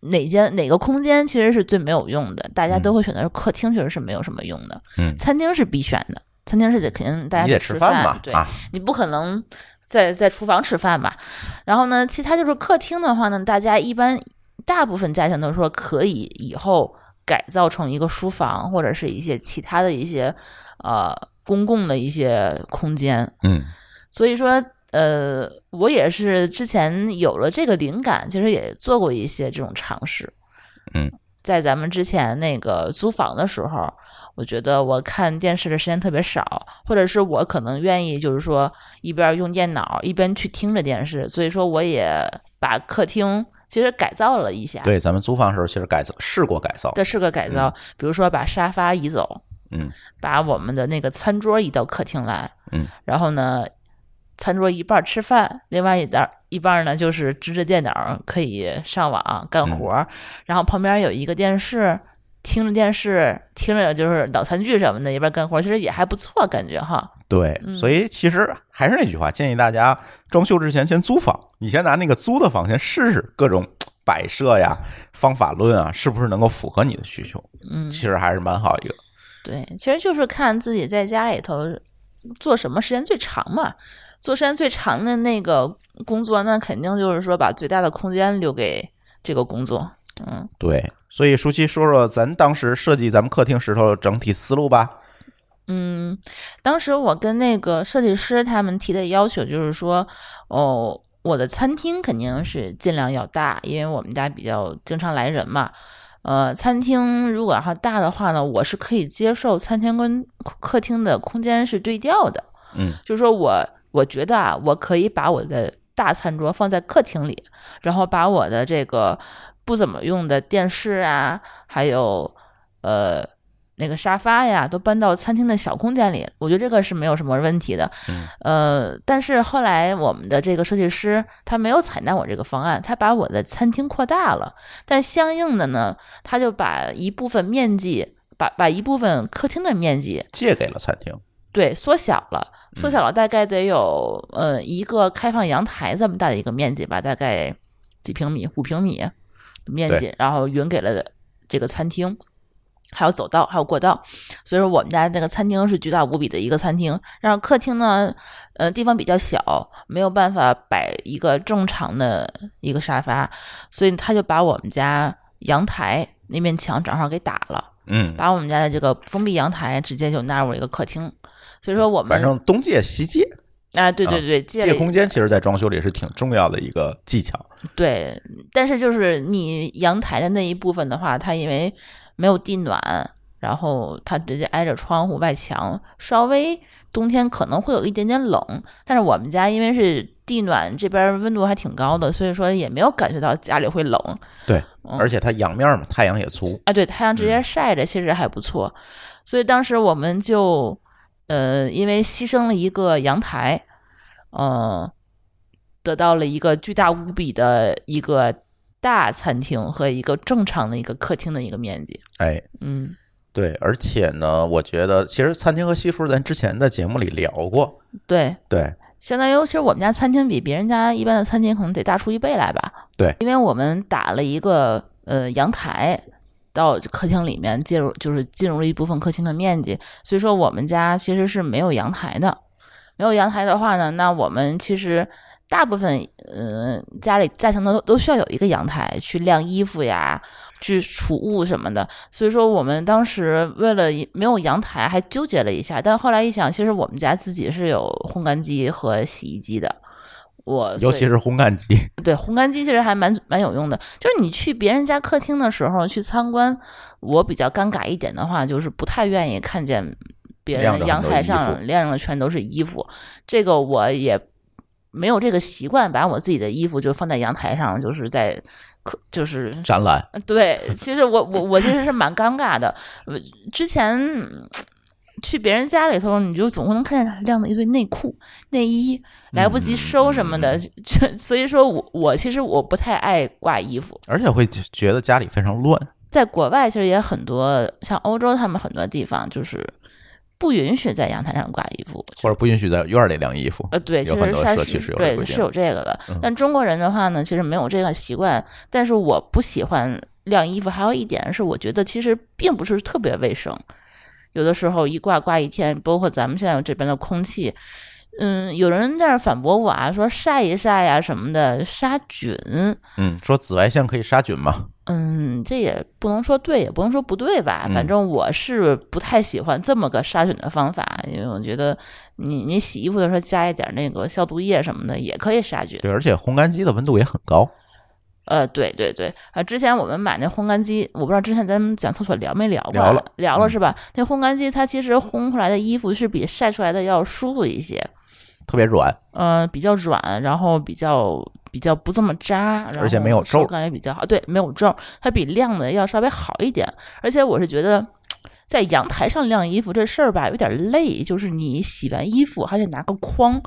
[SPEAKER 2] 哪间哪个空间其实是最没有用的？大家都会选择客厅，确实是没有什么用的，
[SPEAKER 1] 嗯
[SPEAKER 2] 餐厅是必选的，餐厅是得肯定大家
[SPEAKER 1] 你得
[SPEAKER 2] 吃
[SPEAKER 1] 吃饭嘛，
[SPEAKER 2] 对。
[SPEAKER 1] 啊，
[SPEAKER 2] 你不可能在在厨房吃饭吧？然后呢，其他就是客厅的话呢，大家一般大部分家庭都说可以以后改造成一个书房或者是一些其他的一些呃公共的一些空间。
[SPEAKER 1] 嗯。
[SPEAKER 2] 所以说，呃，我也是之前有了这个灵感，其实也做过一些这种尝试。
[SPEAKER 1] 嗯，
[SPEAKER 2] 在咱们之前那个租房的时候，我觉得我看电视的时间特别少，或者是我可能愿意就是说一边用电脑一边去听着电视，所以说我也把客厅其实改造了一下。。
[SPEAKER 1] 对，嗯咱们租房的时候其实改造试过改造，
[SPEAKER 2] 这是个改造，比如说把沙发移走，
[SPEAKER 1] 嗯，
[SPEAKER 2] 把我们的那个餐桌移到客厅来，
[SPEAKER 1] 嗯，
[SPEAKER 2] 然后呢，餐桌一半儿吃饭，另外一半儿一半儿呢就是支着电脑可以上网干
[SPEAKER 1] 嗯
[SPEAKER 2] 活儿，然后旁边有一个电视，听着电视，听着就是老餐具什么的，一边干活儿，其实也还不错，感觉哈，
[SPEAKER 1] 对，
[SPEAKER 2] 嗯
[SPEAKER 1] 所以其实还是那句话，建议大家装修之前先租房，你先拿那个租的房先试试各种摆设呀、方法论啊，是不是能够符合你的需求？
[SPEAKER 2] 嗯
[SPEAKER 1] 其，实还是蛮好一个。
[SPEAKER 2] 对，其实就是看自己在家里头做什么时间最长嘛。做时间最长的那个工作，那肯定就是说把最大的空间留给这个工作。嗯，
[SPEAKER 1] 对，所以舒淇说说咱当时设计咱们客厅时候的整体思路吧。
[SPEAKER 2] 嗯，当时我跟那个设计师他们提的要求就是说，哦，我的餐厅肯定是尽量要大，因为我们家比较经常来人嘛。呃，餐厅如果要大的话呢，我是可以接受餐厅跟客厅的空间是对调的。
[SPEAKER 1] 嗯，
[SPEAKER 2] 就是说我我觉得啊，我可以把我的大餐桌放在客厅里，然后把我的这个不怎么用的电视啊，还有呃那个沙发呀，都搬到餐厅的小空间里。我觉得这个是没有什么问题的。
[SPEAKER 1] 嗯、
[SPEAKER 2] 呃，但是后来我们的这个设计师他没有采纳我这个方案，他把我的餐厅扩大了，但相应的呢，他就把一部分面积。把把一部分客厅的面积
[SPEAKER 1] 借给了餐厅。
[SPEAKER 2] 对，缩小了，缩小了，大概得有呃一个开放阳台这么大的一个面积吧，大概几平米，五平米的面积，然后匀给了这个餐厅，还有走道，还有过道，所以说我们家那个餐厅是巨大无比的一个餐厅，然后客厅呢，呃，地方比较小，没有办法摆一个正常的一个沙发，所以他就把我们家阳台那面墙正好给打了。
[SPEAKER 1] 嗯，
[SPEAKER 2] 把我们家的这个封闭阳台直接就纳入了一个客厅，所以说我
[SPEAKER 1] 嗯
[SPEAKER 2] 们
[SPEAKER 1] 反正东借西借，
[SPEAKER 2] 啊，对对
[SPEAKER 1] 啊
[SPEAKER 2] 对，借
[SPEAKER 1] 借
[SPEAKER 2] 了一
[SPEAKER 1] 空间其实在装修里是挺重要的一个技巧。
[SPEAKER 2] 对，但是就是你阳台的那一部分的话，它因为没有地暖，然后它直接挨着窗户外墙，稍微冬天可能会有一点点冷，但是我们家因为是地暖，这边温度还挺高的，所以说也没有感觉到家里会冷，
[SPEAKER 1] 对，
[SPEAKER 2] 嗯
[SPEAKER 1] 而且它阳面嘛，太阳也足。
[SPEAKER 2] 啊，对，太阳直接晒着，其实还不错。所以当时我们就，呃，因为牺牲了一个阳台，嗯、得到了一个巨大无比的一个大餐厅和一个正常的一个客厅的一个面积。
[SPEAKER 1] 哎，
[SPEAKER 2] 嗯，
[SPEAKER 1] 对，而且呢，我觉得其实餐厅和西厨咱之前的节目里聊过，
[SPEAKER 2] 对，
[SPEAKER 1] 对
[SPEAKER 2] 相当于其实我们家餐厅比别人家一般的餐厅可能得大出一倍来吧。
[SPEAKER 1] 对，
[SPEAKER 2] 因为我们打了一个呃阳台到客厅里面，进入就是进入了一部分客厅的面积，所以说我们家其实是没有阳台的。没有阳台的话呢，那我们其实大部分嗯、家里家庭都都需要有一个阳台去晾衣服呀，去储物什么的。所以说我们当时为了一没有阳台还纠结了一下，但后来一想，其实我们家自己是有烘干机和洗衣机的。
[SPEAKER 1] 尤
[SPEAKER 2] 我呃所以
[SPEAKER 1] 其是烘干机，
[SPEAKER 2] 对，烘干机其实还蛮蛮有用的。就是你去别人家客厅的时候去参观，我比较尴尬一点的话，就是不太愿意看见别
[SPEAKER 1] 晾
[SPEAKER 2] 人
[SPEAKER 1] 着很
[SPEAKER 2] 阳
[SPEAKER 1] 多
[SPEAKER 2] 台
[SPEAKER 1] 衣服
[SPEAKER 2] 上晾着全都是衣服。这个我也没有这个习惯，把我自己的衣服就放在阳台上，就是在客就是
[SPEAKER 1] 展览
[SPEAKER 2] 对，其实我我我其实是蛮尴尬的。我之前嗯去别人家里头，你就总能看见晾的一堆内裤、内衣，来不及收什么的。 这所以说我我其实我不太爱挂衣服。
[SPEAKER 1] 而且会觉得家里非常乱。
[SPEAKER 2] 在国外其实也很多，像欧洲他们很多地方就是不允许在阳台上挂衣服。
[SPEAKER 1] 或者不允许在院儿里晾衣服。
[SPEAKER 2] 呃，对，其
[SPEAKER 1] 有很
[SPEAKER 2] 实
[SPEAKER 1] 多
[SPEAKER 2] 它
[SPEAKER 1] 社
[SPEAKER 2] 是
[SPEAKER 1] 区是有这规
[SPEAKER 2] 对
[SPEAKER 1] 定嗯
[SPEAKER 2] 是有这个的。但中国人的话呢，其实没有这个习惯。但是我不喜欢晾衣服，还有一点是，我觉得其实并不是特别卫生。有的时候一挂挂一天，包括咱们现在这边的空气，嗯，有人在那儿反驳我啊，说晒一晒呀、什么的杀菌，
[SPEAKER 1] 嗯，说紫外线可以杀菌嘛？
[SPEAKER 2] 嗯，这也不能说对，也不能说不对吧。
[SPEAKER 1] 嗯
[SPEAKER 2] 反正我是不太喜欢这么个杀菌的方法，因为我觉得你你洗衣服的时候加一点那个消毒液什么的也可以杀菌。
[SPEAKER 1] 对，而且烘干机的温度也很高。
[SPEAKER 2] 呃，对对对，啊，之前我们买那烘干机，我不知道之前咱们讲厕所聊没聊过，
[SPEAKER 1] 聊了嗯
[SPEAKER 2] 聊了是吧？那烘干机它其实烘出来的衣服是比晒出来的要舒服一些，
[SPEAKER 1] 特别软，
[SPEAKER 2] 呃，比较软，然后比较比较不这么扎，然
[SPEAKER 1] 而且没
[SPEAKER 2] 后
[SPEAKER 1] 有皱
[SPEAKER 2] 手感也比较好，对，没有皱儿，它比晾的要稍微好一点。而且我是觉得，在阳台上晾衣服这事儿吧，有点累，就是你洗完衣服还得拿个筐。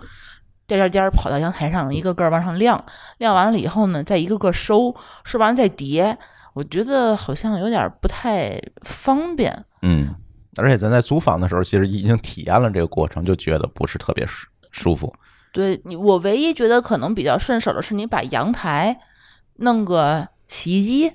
[SPEAKER 2] 颠颠颠儿跑到阳台上，一个个儿往上晾，晾完了以后呢，再一个个收，收完再叠。我觉得好像有点不太方便。
[SPEAKER 1] 嗯，而且咱在租房的时候，其实已经体验了这个过程，就觉得不是特别舒舒服。
[SPEAKER 2] 对你，我唯一觉得可能比较顺手的是，你把阳台弄个洗衣机，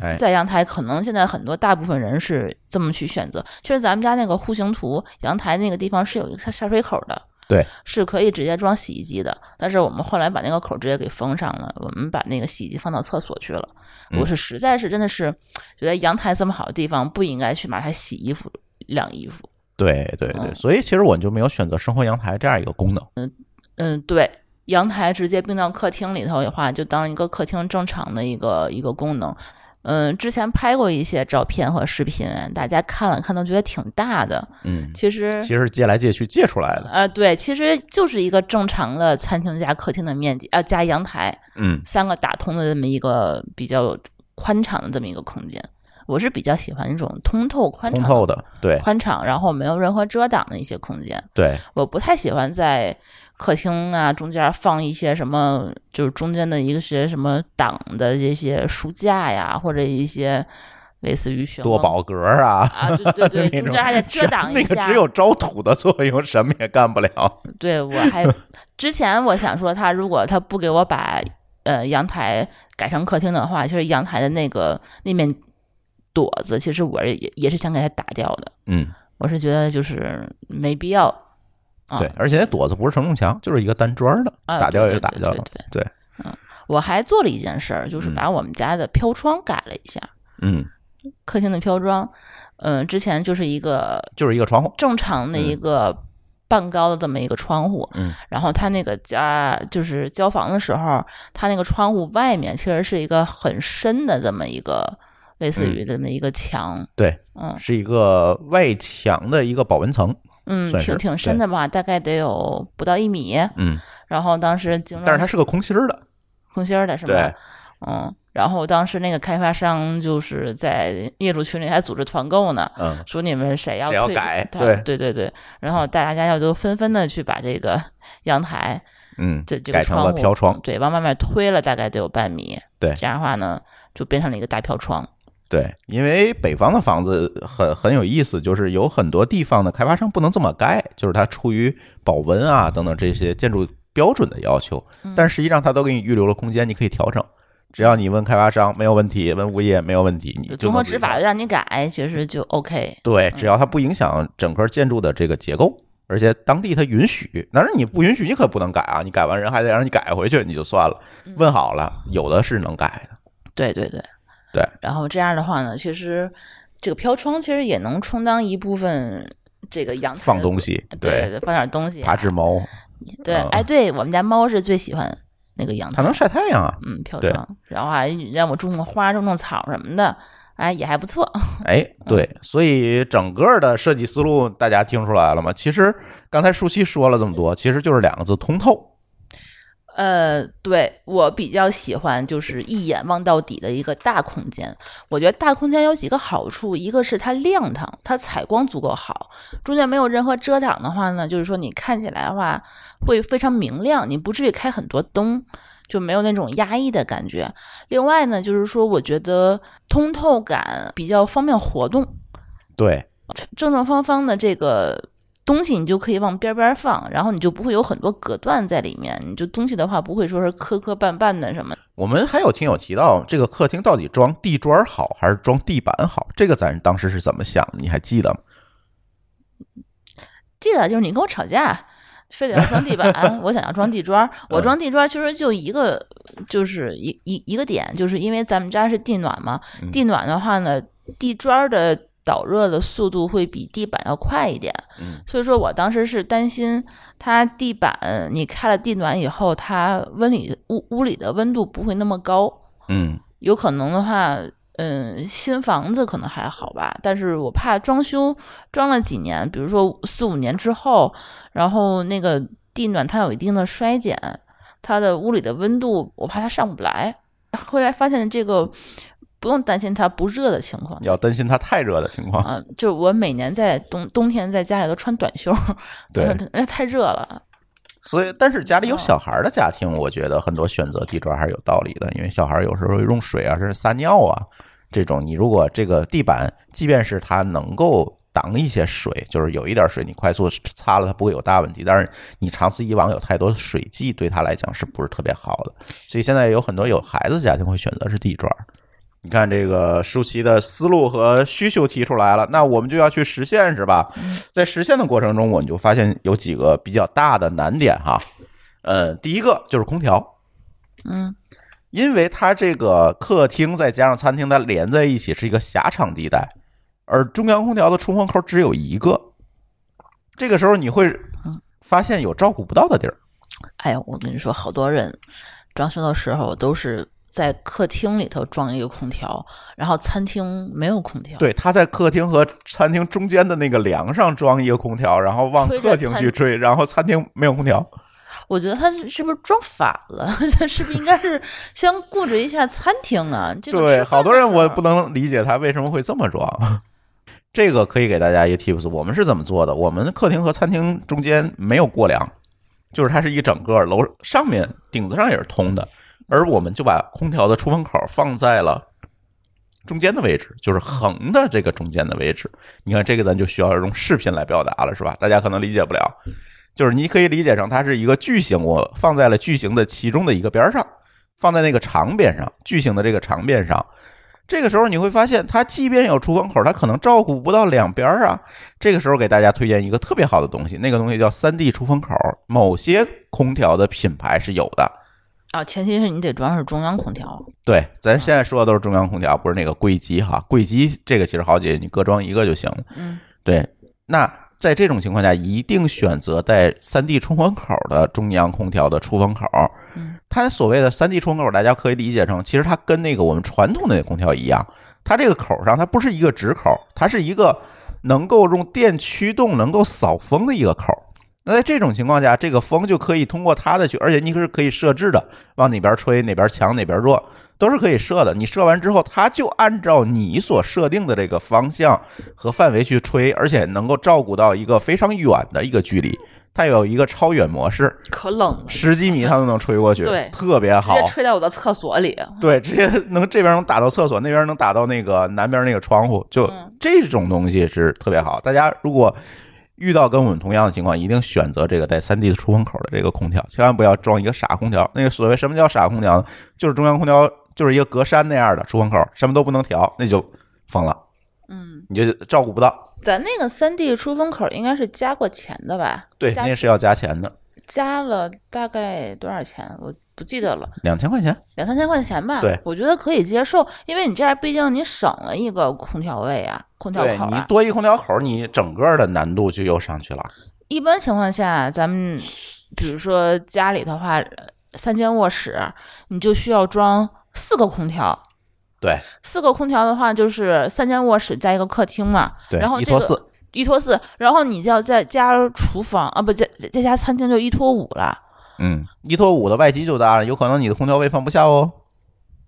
[SPEAKER 1] 哎，
[SPEAKER 2] 在阳台，可能现在很多大部分人是这么去选择。其实咱们家那个户型图，阳台那个地方是有一个下下水口的，
[SPEAKER 1] 对，
[SPEAKER 2] 是可以直接装洗衣机的。但是我们后来把那个口直接给封上了，我们把那个洗衣机放到厕所去了。
[SPEAKER 1] 嗯
[SPEAKER 2] 我是实在是真的是觉得阳台这么好的地方，不应该去买它洗衣服、晾衣服。
[SPEAKER 1] 对对对，
[SPEAKER 2] 嗯
[SPEAKER 1] 所以其实我就没有选择生活阳台这样一个功能。
[SPEAKER 2] 嗯，对，阳台直接并到客厅里头的话，就当一个客厅正常的一个一个功能。嗯，之前拍过一些照片和视频，大家看了看都觉得挺大的。
[SPEAKER 1] 嗯，
[SPEAKER 2] 其实，
[SPEAKER 1] 其实借来借去借出来的。
[SPEAKER 2] 呃，对，其实就是一个正常的餐厅加客厅的面积，啊、加阳台
[SPEAKER 1] 嗯，
[SPEAKER 2] 三个打通的这么一个比较宽敞的这么一个空间。我是比较喜欢那种通透宽
[SPEAKER 1] 嗯通
[SPEAKER 2] 敞、
[SPEAKER 1] 透的，对
[SPEAKER 2] 宽敞，然后没有任何遮挡的一些空间。
[SPEAKER 1] 对，
[SPEAKER 2] 我不太喜欢在客厅啊中间放一些什么，就是中间的一个些什么挡的这些书架呀，或者一些类似于旋
[SPEAKER 1] 多
[SPEAKER 2] 风
[SPEAKER 1] 宝格儿啊。
[SPEAKER 2] 啊，对对
[SPEAKER 1] 那
[SPEAKER 2] 对，中
[SPEAKER 1] 种
[SPEAKER 2] 间还得遮挡一
[SPEAKER 1] 那个
[SPEAKER 2] 下。
[SPEAKER 1] 只有招土的作用，什么也干不了。
[SPEAKER 2] 对我 还之前我想说，他如果他不给我把呃阳台改成客厅的话，就是阳台的那个那面垛子，其实我也也是想给它打掉的。
[SPEAKER 1] 嗯，
[SPEAKER 2] 我是觉得就是没必要。啊、
[SPEAKER 1] 对，而且那垛子不是承重墙，就是一个单砖的，
[SPEAKER 2] 啊
[SPEAKER 1] 打掉也
[SPEAKER 2] 对
[SPEAKER 1] 就
[SPEAKER 2] 对
[SPEAKER 1] 打
[SPEAKER 2] 对
[SPEAKER 1] 掉
[SPEAKER 2] 对
[SPEAKER 1] 了。对，
[SPEAKER 2] 我还做了一件事儿，就是把我们家的飘窗改了一下，
[SPEAKER 1] 嗯，
[SPEAKER 2] 客厅的飘窗，嗯、之前就是一个
[SPEAKER 1] 就是一个窗户。
[SPEAKER 2] 正常的一个半高的这么一个窗户，
[SPEAKER 1] 嗯，
[SPEAKER 2] 然后它那个家就是交房的时候，它那个窗户外面其实是一个很深的这么一个类似
[SPEAKER 1] 嗯
[SPEAKER 2] 于这么一个墙，
[SPEAKER 1] 对，
[SPEAKER 2] 嗯
[SPEAKER 1] 是一个外墙的一个保温层。
[SPEAKER 2] 嗯，
[SPEAKER 1] 算是
[SPEAKER 2] 挺挺深的吧，大概得有不到一米，
[SPEAKER 1] 嗯，
[SPEAKER 2] 然后当时经
[SPEAKER 1] 但是它
[SPEAKER 2] 常
[SPEAKER 1] 是个空心儿的。
[SPEAKER 2] 空心儿嗯的是吧？
[SPEAKER 1] 对，
[SPEAKER 2] 嗯，然后当时那个开发商就是在业主群里还组织团购呢，
[SPEAKER 1] 嗯，
[SPEAKER 2] 说你们谁要
[SPEAKER 1] 谁要
[SPEAKER 2] 退
[SPEAKER 1] 改
[SPEAKER 2] 对对对对，然后大家要都纷纷的去把这个阳台
[SPEAKER 1] 嗯，
[SPEAKER 2] 这这个
[SPEAKER 1] 改成了
[SPEAKER 2] 户
[SPEAKER 1] 飘窗。
[SPEAKER 2] 对，往外面推了大概得有半米，
[SPEAKER 1] 对
[SPEAKER 2] 这样的话呢就变成了一个大飘窗，
[SPEAKER 1] 对，因为北方的房子很很有意思，就是有很多地方的开发商不能这么盖，就是它出于保温啊等等这些建筑标准的要求，
[SPEAKER 2] 嗯
[SPEAKER 1] 但实际上它都给你预留了空间，你可以调整。只要你问开发商没有问题，问物业没有问题，你就
[SPEAKER 2] 就综合
[SPEAKER 1] 能自己
[SPEAKER 2] 执法嗯
[SPEAKER 1] 调
[SPEAKER 2] 的让你改，其实就 OK。
[SPEAKER 1] 对，只要它不影响整个建筑的这个结构，而且当地它允许，但是你不允许，你可不能改啊！你改完人还得让你改回去，你就算了。
[SPEAKER 2] 嗯
[SPEAKER 1] 问好了，有的是能改的。
[SPEAKER 2] 对对对
[SPEAKER 1] 对。
[SPEAKER 2] 然后这样的话呢，其实这个飘窗其实也能充当一部分这个阳台的
[SPEAKER 1] 放
[SPEAKER 2] 作
[SPEAKER 1] 东西
[SPEAKER 2] 对
[SPEAKER 1] 对
[SPEAKER 2] 对，放点东西啊、
[SPEAKER 1] 爬只猫，
[SPEAKER 2] 对，
[SPEAKER 1] 嗯
[SPEAKER 2] 哎，对我们家猫是最喜欢那个阳台，
[SPEAKER 1] 它能晒太阳啊！
[SPEAKER 2] 嗯飘
[SPEAKER 1] 对
[SPEAKER 2] 窗，然后还让我种种花、种种草什么的，哎，也还不错。
[SPEAKER 1] 哎，对，所以整个的设计思路大家听出来了吗？其实刚才舒淇说了这么多，其实就是两个字：通透。
[SPEAKER 2] 呃，对我比较喜欢就是一眼望到底的一个大空间。我觉得大空间有几个好处，一个是它亮堂，它采光足够好，中间没有任何遮挡的话呢，就是说你看起来的话会非常明亮，你不至于开很多灯。就没有那种压抑的感觉。另外呢，就是说，我觉得通透感比较方便活动，
[SPEAKER 1] 对，
[SPEAKER 2] 正正方方的这个东西，你就可以往边边儿放，然后你就不会有很多隔断在里面。你就东西的话，不会说是磕磕绊绊的什么。
[SPEAKER 1] 我们还有听友提到，这个客厅到底装地砖好还是装地板好？这个咱当时是怎么想的？你还记得吗？
[SPEAKER 2] 记得就是你跟我吵架，非得要装地板，我想要装地砖。我装地砖其实就一个，就是一一一个点，就是因为咱们家是地暖嘛，地暖的话呢，地砖的导热的速度会比地板要快一点。
[SPEAKER 1] 嗯
[SPEAKER 2] 所以说我当时是担心它地板你开了地暖以后，它温里屋屋里的温度不会那么高，
[SPEAKER 1] 嗯，
[SPEAKER 2] 有可能的话。嗯，新房子可能还好吧，但是我怕装修装了几年，比如说四五年之后，然后那个地暖它有一定的衰减，它的屋里的温度我怕它上不来。后来发现这个不用担心它不热的情况，
[SPEAKER 1] 要担心它太热的情况。
[SPEAKER 2] 嗯，就是我每年在冬冬天在家里都穿短袖，
[SPEAKER 1] 对
[SPEAKER 2] 因为太热了。
[SPEAKER 1] 所以，但是家里有小孩儿的家庭，我觉得很多选择地砖还是有道理的，因为小孩儿有时候用水啊，甚至撒尿啊这种，你如果这个地板，即便是它能够挡一些水，就是有一点水，你快速擦了它不会有大问题，但是你长此以往有太多水迹，对他来讲是不是特别好的？所以现在有很多有孩子的家庭会选择是地砖儿。你看这个舒淇的思路和需求提出来了，那我们就要去实现，是吧？在实现的过程中，我们就发现有几个比较大的难点哈。呃，第一个就是空调，
[SPEAKER 2] 嗯，
[SPEAKER 1] 因为它这个客厅再加上餐厅，它连在一起是一个狭长地带，而中央空调的出风口只有一个，这个时候你会发现有照顾不到的地儿。
[SPEAKER 2] 哎呀，我跟你说，好多人装修的时候都是在客厅里头装一个空调，然后餐厅没有空调，，
[SPEAKER 1] 对，他在客厅和餐厅中间的那个梁上装一个空调，然后往
[SPEAKER 2] 吹着
[SPEAKER 1] 客厅去
[SPEAKER 2] 餐
[SPEAKER 1] 吹，然后餐厅没有空调。
[SPEAKER 2] 我觉得他是是不是装反了？ 他是不是应该是先布置一下餐厅啊？这个
[SPEAKER 1] 对，
[SPEAKER 2] 吃饭
[SPEAKER 1] 好多人我不
[SPEAKER 2] 的时
[SPEAKER 1] 能理解他为什么会这么装。这个可以给大家一个 tips，我们是怎么做的？我们客厅和餐厅中间没有过梁，就是它是一整个楼上面顶子上也是通的，而我们就把空调的出风口放在了中间的位置，就是横的这个中间的位置。你看这个咱就需要用视频来表达了，是吧？大家可能理解不了，就是你可以理解成它是一个矩形，我放在了矩形的其中的一个边儿上，放在那个长边上，矩形的这个长边上。这个时候你会发现，它即便有出风口，它可能照顾不到两边儿啊。这个时候给大家推荐一个特别好的东西，那个东西叫三 D 出风口，某些空调的品牌是有的。
[SPEAKER 2] 候啊，前提是你得装是中央空调，
[SPEAKER 1] 对，
[SPEAKER 2] 嗯
[SPEAKER 1] 咱现在说的都是中央空调，不是那个柜机哈。柜机这个其实好解决，你各装一个就行了。
[SPEAKER 2] 嗯，
[SPEAKER 1] 对，那在这种情况下，一定选择在三 D 出风口的中央空调的出风口。
[SPEAKER 2] 嗯，
[SPEAKER 1] 它所谓的三 D 出风口，大家可以理解成，其实它跟那个我们传统的空调一样，它这个口上它不是一个直口，它是一个能够用电驱动、能够扫风的一个口。那在这种情况下，这个风就可以通过它的去，而且你是可以设置的，往哪边吹，哪边强，哪边弱，都是可以设的。你设完之后，它就按照你所设定的这个方向和范围去吹，而且能够照顾到一个非常远的一个距离。它有一个超远模式，
[SPEAKER 2] 可冷了，直
[SPEAKER 1] 十几米它都能吹过去，
[SPEAKER 2] 对
[SPEAKER 1] 特别好
[SPEAKER 2] 接。吹到我的厕所里。
[SPEAKER 1] 对，直接能这边能打到厕所，那边能打到那个南边那个窗户，就
[SPEAKER 2] 嗯
[SPEAKER 1] 这种东西是特别好。大家如果遇到跟我们同样的情况，一定选择这个带三 D 出风口的这个空调，千万不要装一个傻空调。那个所谓什么叫傻空调呢？就是中央空调就是一个格栅那样的出风口，什么都不能调，那就疯了。
[SPEAKER 2] 嗯，
[SPEAKER 1] 你就照顾不到。
[SPEAKER 2] 咱那个三 D 出风口应该是加过钱的吧？
[SPEAKER 1] 对，
[SPEAKER 2] 加
[SPEAKER 1] 那是要加钱的，
[SPEAKER 2] 加了大概多少钱？我不记得了，
[SPEAKER 1] 两千块钱。
[SPEAKER 2] 两三千块钱吧。
[SPEAKER 1] 对
[SPEAKER 2] 我觉得可以接受，因为你这样毕竟你省了一个空调位啊，空调
[SPEAKER 1] 对
[SPEAKER 2] 口
[SPEAKER 1] 你
[SPEAKER 2] 啊。
[SPEAKER 1] 多一空调口，你整个的难度就又上去了。
[SPEAKER 2] 一般情况下，咱们比如说家里的话，呃三间卧室，你就需要装四个空调。
[SPEAKER 1] 对
[SPEAKER 2] 四个空调的话，就是三间卧室加一个客厅嘛。
[SPEAKER 1] 对，
[SPEAKER 2] 然后
[SPEAKER 1] 一
[SPEAKER 2] 这个
[SPEAKER 1] 拖四，
[SPEAKER 2] 一拖四，然后你就要再加厨房啊，不再再加餐厅就一拖五了。
[SPEAKER 1] 嗯，一拖五的外机就大了，有可能你的空调位放不下哦。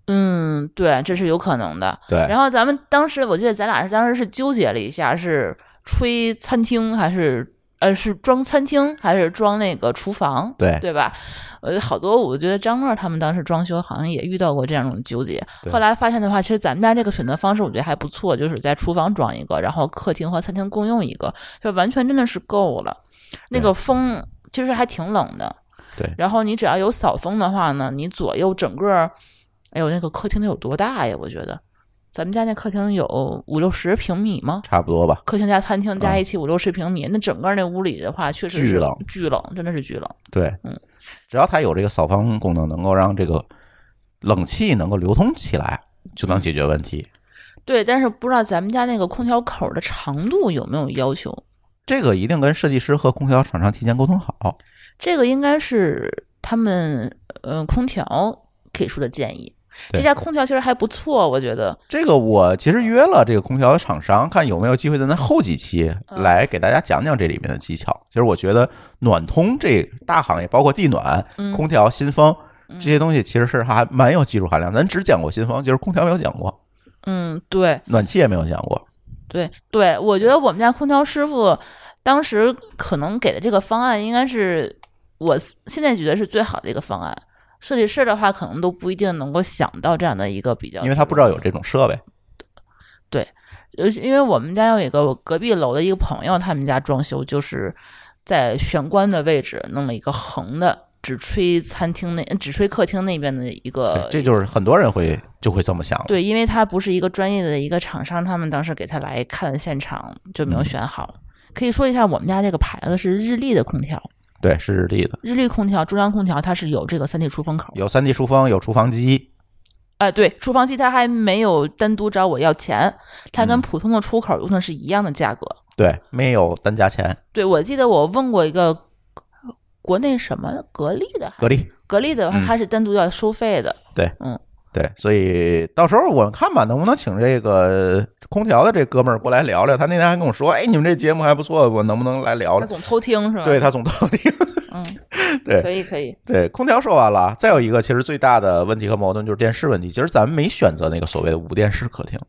[SPEAKER 2] 嗯，对，这是有可能的。
[SPEAKER 1] 对，
[SPEAKER 2] 然后咱们当时，我记得咱俩是当时是纠结了一下，是吹餐厅还是呃是装餐厅还是装那个厨房，
[SPEAKER 1] 对
[SPEAKER 2] 对吧？呃，好多我觉得张乐他们当时装修好像也遇到过这样一种纠结。
[SPEAKER 1] 对
[SPEAKER 2] 后来发现的话，其实咱们家这个选择方式我觉得还不错，就是在厨房装一个，然后客厅和餐厅共用一个，就完全真的是够了。那个风其实还挺冷的，
[SPEAKER 1] 对
[SPEAKER 2] 然后你只要有扫风的话呢，你左右整个，哎呦，那个客厅得有多大呀？我觉得，咱们家那客厅有五六十平米吗？
[SPEAKER 1] 差不多吧。
[SPEAKER 2] 客厅加餐厅加一起五六十平米，那整个那屋里的话，确
[SPEAKER 1] 嗯
[SPEAKER 2] 实是
[SPEAKER 1] 巨冷，
[SPEAKER 2] 巨冷，真的是巨冷。
[SPEAKER 1] 对，
[SPEAKER 2] 嗯，
[SPEAKER 1] 只要它有这个扫风功能，能够让这个冷气能够流通起来，就能解决问题。
[SPEAKER 2] 嗯对，但是不知道咱们家那个空调口的长度有没有要求？
[SPEAKER 1] 这个一定跟设计师和空调厂商提前沟通好。
[SPEAKER 2] 这个应该是他们呃空调给出的建议。
[SPEAKER 1] 对
[SPEAKER 2] 这家空调其实还不错，我觉得。
[SPEAKER 1] 这个我其实约了这个空调厂商，看有没有机会在咱后几期
[SPEAKER 2] 嗯
[SPEAKER 1] 来给大家讲讲这里面的技巧。其实我觉得暖通这大行业，包括地暖、
[SPEAKER 2] 嗯
[SPEAKER 1] 空调、新风这些东西，其实是还蛮有技术含量。咱只讲过新风，就是空调没有讲过，
[SPEAKER 2] 嗯，对，
[SPEAKER 1] 暖气也没有讲过。
[SPEAKER 2] 对对，我觉得我们家空调师傅当时可能给的这个方案，应该是我现在觉得是最好的一个方案。设计师的话，可能都不一定能够想到这样的一个比较，
[SPEAKER 1] 因为他不知道有这种设备，
[SPEAKER 2] 呃，因为我们家有一个我隔壁楼的一个朋友，他们家装修就是在玄关的位置弄了一个横的，只吹餐厅那，只吹客厅那边的一个
[SPEAKER 1] 对，这就是很多人会就会这么想。
[SPEAKER 2] 呃对，因为他不是一个专业的一个厂商，他们当时给他来看现场就没有
[SPEAKER 1] 嗯
[SPEAKER 2] 选好。可以说一下，我们家这个牌子是日立的空调，
[SPEAKER 1] 对，是日立的，
[SPEAKER 2] 日立空调、中央空调它是有这个三 D 出风口。
[SPEAKER 1] 有三 D 书风，有厨房机，
[SPEAKER 2] 哎、对，厨房机它还没有单独找我要钱，它跟
[SPEAKER 1] 嗯
[SPEAKER 2] 普通的出口用的是一样的价格。
[SPEAKER 1] 对，没有单价钱，
[SPEAKER 2] 对，我记得我问过一个呃国内什么格力的，
[SPEAKER 1] 格力。
[SPEAKER 2] 格力的话
[SPEAKER 1] 嗯
[SPEAKER 2] 它是单独要收费的。
[SPEAKER 1] 对，所以到时候我看吧，能不能请这个空调的这哥们儿过来聊聊？他那天还跟我说，哎，你们这节目还不错，我能不能来聊聊？
[SPEAKER 2] 他总偷听是吧？
[SPEAKER 1] 对，他总到底
[SPEAKER 2] 嗯，
[SPEAKER 1] 对
[SPEAKER 2] 可以可以。
[SPEAKER 1] 对空调说完了，再有一个其实最大的问题和矛盾就是电视问题。其实咱们没选择那个所谓的无电视客厅，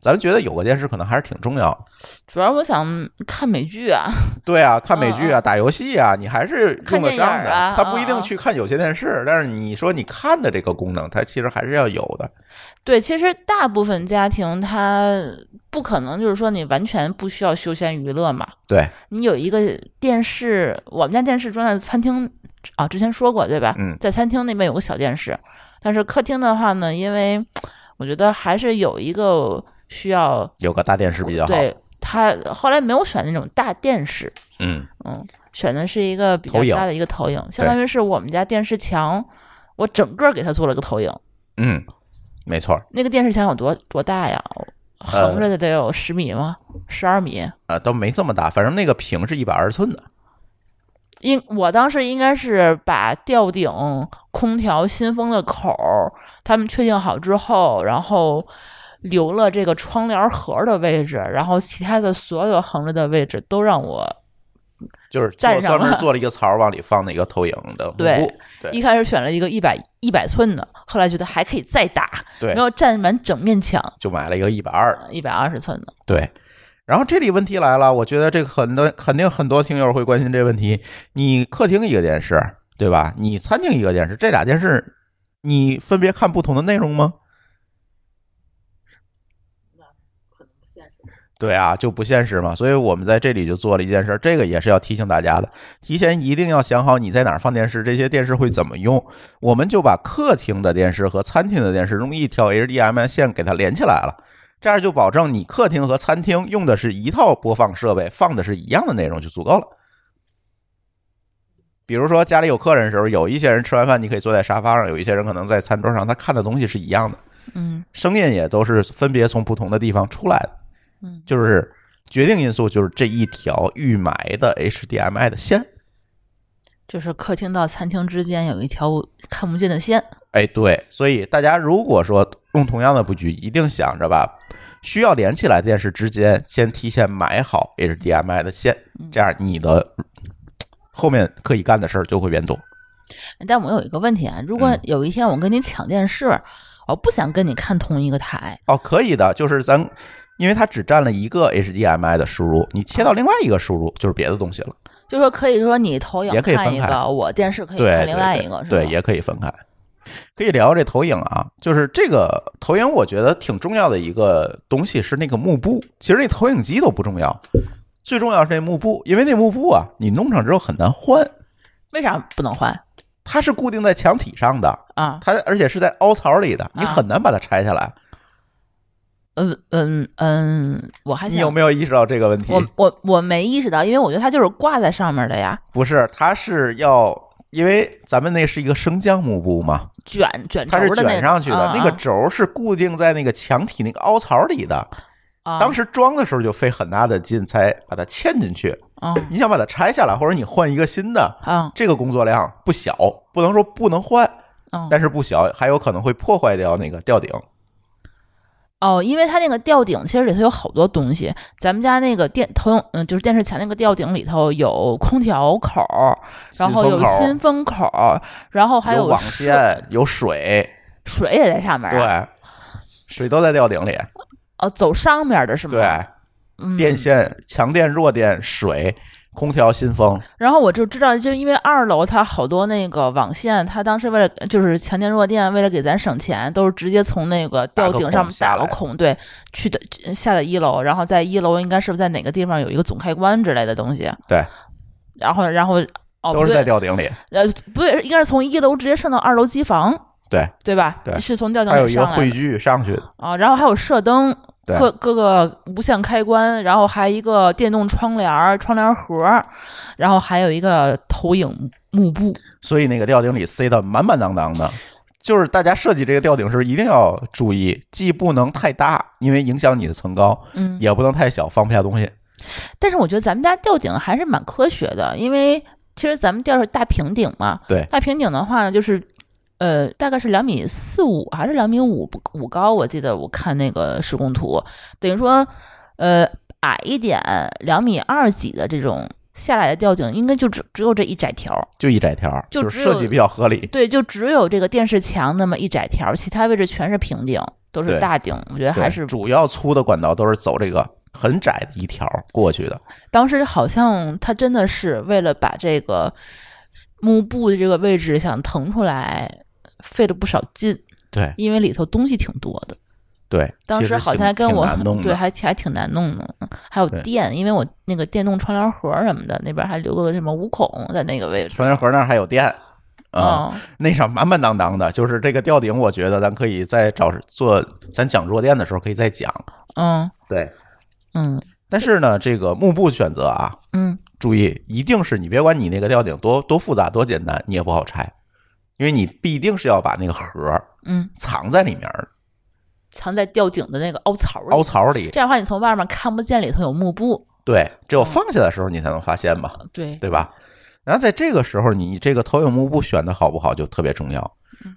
[SPEAKER 1] 咱们觉得有个电视可能还是挺重要。
[SPEAKER 2] 主要我想看美剧啊，
[SPEAKER 1] 对啊，看美剧啊，打游戏啊，你还是用得上
[SPEAKER 2] 看
[SPEAKER 1] 的。
[SPEAKER 2] 电影啊
[SPEAKER 1] 他不一定
[SPEAKER 2] 嗯嗯
[SPEAKER 1] 去看有线电视，但是你说你看的这个功能，它其实还是要有的。
[SPEAKER 2] 对，其实大部分家庭它不可能就是说你完全不需要休闲娱乐嘛，
[SPEAKER 1] 对，
[SPEAKER 2] 你有一个电视，我们家电视装在餐厅啊，之前说过对吧？
[SPEAKER 1] 嗯
[SPEAKER 2] 在餐厅那边有个小电视，但是客厅的话呢，因为我觉得还是有一个需要
[SPEAKER 1] 有个大电视比较好。
[SPEAKER 2] 对他后来没有选那种大电视，
[SPEAKER 1] 嗯，
[SPEAKER 2] 嗯，选的是一个比较
[SPEAKER 1] 投影
[SPEAKER 2] 大的一个投影，相当于是我们家电视墙，我整个给它做了个投影。
[SPEAKER 1] 嗯，没错儿
[SPEAKER 2] 那个电视墙有多多大呀？
[SPEAKER 1] 呃
[SPEAKER 2] 横着的得有十米吗？十二米？
[SPEAKER 1] 啊，都没这么大，反正那个屏是一百二十寸的。
[SPEAKER 2] 应我当时应该是把吊顶、空调、新风的口儿，他们确定好之后，然后留了这个窗帘盒的位置，然后其他的所有横着的位置都让我
[SPEAKER 1] 就是
[SPEAKER 2] 站
[SPEAKER 1] 做
[SPEAKER 2] 上了
[SPEAKER 1] 专门做了一个槽儿，往里放那个投影的幕布。
[SPEAKER 2] 对一
[SPEAKER 1] 对
[SPEAKER 2] 开始选了一个一百一百寸的，后来觉得还可以再大，
[SPEAKER 1] 对
[SPEAKER 2] 没有占满整面墙，
[SPEAKER 1] 就买了一个一百二。
[SPEAKER 2] 一百二十寸的。
[SPEAKER 1] 对，然后这里问题来了，我觉得这个很多肯定很多听友会关心这个问题：你客厅一个电视，对吧？你餐厅一个电视，这俩电视你分别看不同的内容吗？对啊，就不现实嘛，所以我们在这里就做了一件事儿，这个也是要提醒大家的，提前一定要想好你在哪儿放电视，这些电视会怎么用。我们就把客厅的电视和餐厅的电视用一条 HDMI 线给它连起来了，这样就保证你客厅和餐厅用的是一套播放设备，放的是一样的内容就足够了。比如说家里有客人的时候，有一些人吃完饭你可以坐在沙发上，有一些人可能在餐桌上，他看的东西是一样的，
[SPEAKER 2] 嗯
[SPEAKER 1] 声音也都是分别从不同的地方出来的。
[SPEAKER 2] 嗯
[SPEAKER 1] 就是决定因素就是这一条预埋的 HDMI 的线。
[SPEAKER 2] 就是客厅到餐厅之间有一条看不见的线。
[SPEAKER 1] 哎，对，所以大家如果说用同样的布局，一定想着把需要连起来的电视之间先提前买好 HDMI 的线，这样你的后面可以干的事儿就会变多。
[SPEAKER 2] 但我有一个问题啊，如果
[SPEAKER 1] 嗯
[SPEAKER 2] 有一天我跟你抢电视，我不想跟你看同一个台，
[SPEAKER 1] 哦，可以的，就是咱因为它只占了一个 HDMI 的输入，你切到另外一个输入就是别的东西了。
[SPEAKER 2] 就说可以说你投影
[SPEAKER 1] 也可以
[SPEAKER 2] 看
[SPEAKER 1] 分
[SPEAKER 2] 一
[SPEAKER 1] 开
[SPEAKER 2] 个，我电视可以
[SPEAKER 1] 对，对
[SPEAKER 2] 看另外
[SPEAKER 1] 对
[SPEAKER 2] 一个，是吧？
[SPEAKER 1] 对，也可以分开。可以聊这投影啊，就是这个投影，我觉得挺重要的一个东西是那个幕布。其实那投影机都不重要，最重要是那幕布，因为那幕布啊，你弄上之后很难换，
[SPEAKER 2] 为啥不能换
[SPEAKER 1] 它是固定在墙体上的，
[SPEAKER 2] 啊？
[SPEAKER 1] 它而且是在凹槽里的，你很难把它拆下来。
[SPEAKER 2] 嗯嗯嗯，我还
[SPEAKER 1] 你有
[SPEAKER 2] 想。
[SPEAKER 1] 没有意识到这个问题？
[SPEAKER 2] 我我我没意识到，因为我觉得它就是挂在上面的呀，
[SPEAKER 1] 不是，它是要，因为咱们那是一个升降幕布嘛，
[SPEAKER 2] 卷卷轴
[SPEAKER 1] 它是
[SPEAKER 2] 的那
[SPEAKER 1] 卷上去的，
[SPEAKER 2] 嗯
[SPEAKER 1] 那个
[SPEAKER 2] 嗯
[SPEAKER 1] 轴是固定在那个墙体那个凹槽里的。
[SPEAKER 2] 啊
[SPEAKER 1] 当时装的时候就费很大的劲才把它嵌进去。
[SPEAKER 2] 啊
[SPEAKER 1] 你想把它拆下来，或者你换一个新的，
[SPEAKER 2] 啊
[SPEAKER 1] 这个工作量不小，不能说不能换，
[SPEAKER 2] 啊
[SPEAKER 1] 但是不小，还有可能会破坏掉那个吊顶。
[SPEAKER 2] 哦，因为它那个吊顶其实里头有好多东西，咱们家那个电投影，嗯，就是电视墙那个吊顶里头有空调口儿，然后
[SPEAKER 1] 新
[SPEAKER 2] 有
[SPEAKER 1] 风口
[SPEAKER 2] 新风口儿，然后还
[SPEAKER 1] 有网
[SPEAKER 2] 水
[SPEAKER 1] 线，有水，
[SPEAKER 2] 水也在上面、啊，
[SPEAKER 1] 对，水都在吊顶里，
[SPEAKER 2] 哦，走上面的是吗？
[SPEAKER 1] 对，
[SPEAKER 2] 嗯，
[SPEAKER 1] 电线、强电、弱电、水、空调、新风，
[SPEAKER 2] 然后我就知道，就因为二楼它好多那个网线，它当时为了就是强电弱电，为了给咱省钱，都是直接从那个吊顶上面打
[SPEAKER 1] 打
[SPEAKER 2] 个
[SPEAKER 1] 个
[SPEAKER 2] 孔，对，去的下的一楼，然后在一楼应该是不是在哪个地方有一个总开关之类的东西？
[SPEAKER 1] 对，
[SPEAKER 2] 然后然后哦，
[SPEAKER 1] 都
[SPEAKER 2] 不
[SPEAKER 1] 是在
[SPEAKER 2] 对，
[SPEAKER 1] 吊顶里。
[SPEAKER 2] 呃，不对，应该是从一楼直接上到二楼机房，
[SPEAKER 1] 对，
[SPEAKER 2] 对吧？
[SPEAKER 1] 对
[SPEAKER 2] 是从吊顶
[SPEAKER 1] 还有
[SPEAKER 2] 里
[SPEAKER 1] 一个
[SPEAKER 2] 上来
[SPEAKER 1] 汇
[SPEAKER 2] 的
[SPEAKER 1] 聚上去的，
[SPEAKER 2] 啊，然后还有射灯，
[SPEAKER 1] 对，
[SPEAKER 2] 各各个无线开关，然后还一个电动窗帘儿、窗帘盒儿，然后还有一个投影幕布。
[SPEAKER 1] 所以那个吊顶里塞得满满当当的。就是大家设计这个吊顶时一定要注意，既不能太大，因为影响你的层高，
[SPEAKER 2] 嗯，
[SPEAKER 1] 也不能太小，放不下东西。
[SPEAKER 2] 但是我觉得咱们家吊顶还是蛮科学的，因为其实咱们吊是大平顶嘛，
[SPEAKER 1] 对
[SPEAKER 2] 大平顶的话呢，就是呃，大概是两米四五还是两米五不五高，我记得我看那个施工图，等于说呃矮一点两米二几的这种下来的吊顶，应该就只只有这一窄条儿，
[SPEAKER 1] 就一窄条儿，
[SPEAKER 2] 就
[SPEAKER 1] 就
[SPEAKER 2] 只
[SPEAKER 1] 是
[SPEAKER 2] 有
[SPEAKER 1] 设计比较合理。
[SPEAKER 2] 对，就只有这个电视墙那么一窄条儿，其他位置全是平顶，都是
[SPEAKER 1] 对
[SPEAKER 2] 大顶，我觉得还
[SPEAKER 1] 对
[SPEAKER 2] 是
[SPEAKER 1] 主要粗的管道都是走这个很窄的一条儿过去的，
[SPEAKER 2] 当时好像他真的是为了把这个幕布的这个位置想腾出来，费了不少劲，
[SPEAKER 1] 对
[SPEAKER 2] 因为里头东西挺多的。
[SPEAKER 1] 对。
[SPEAKER 2] 嗯当
[SPEAKER 1] 其
[SPEAKER 2] 时
[SPEAKER 1] 实
[SPEAKER 2] 好
[SPEAKER 1] 挺
[SPEAKER 2] 像还跟
[SPEAKER 1] 挺
[SPEAKER 2] 我
[SPEAKER 1] 难弄
[SPEAKER 2] 对
[SPEAKER 1] 的，
[SPEAKER 2] 还挺还挺难弄的，还有
[SPEAKER 1] 对
[SPEAKER 2] 电，因为我那个电动窗帘盒什么的，那边还留了个什么五孔在那个位置。
[SPEAKER 1] 传源盒那儿还有电啊，
[SPEAKER 2] 嗯
[SPEAKER 1] 那上满满当当的。就是这个吊顶，我觉得咱可以再找做咱讲弱电的时候可以再讲。
[SPEAKER 2] 嗯
[SPEAKER 1] 对，
[SPEAKER 2] 嗯
[SPEAKER 1] 但是呢，这个幕布选择啊，
[SPEAKER 2] 嗯
[SPEAKER 1] 注意，一定是你别管你那个吊顶多多复杂多简单，你也不好拆，因为你必定是要把那个盒儿
[SPEAKER 2] 嗯，
[SPEAKER 1] 藏在里面儿，
[SPEAKER 2] 藏在吊顶的那个凹槽里。
[SPEAKER 1] 凹槽里。
[SPEAKER 2] 这样的话，你从外面看不见里头有幕布。
[SPEAKER 1] 对，只有放下的时候你才能发现嘛，
[SPEAKER 2] 对，
[SPEAKER 1] 对吧？然后在这个时候，你这个投影幕布选的好不好就特别重要。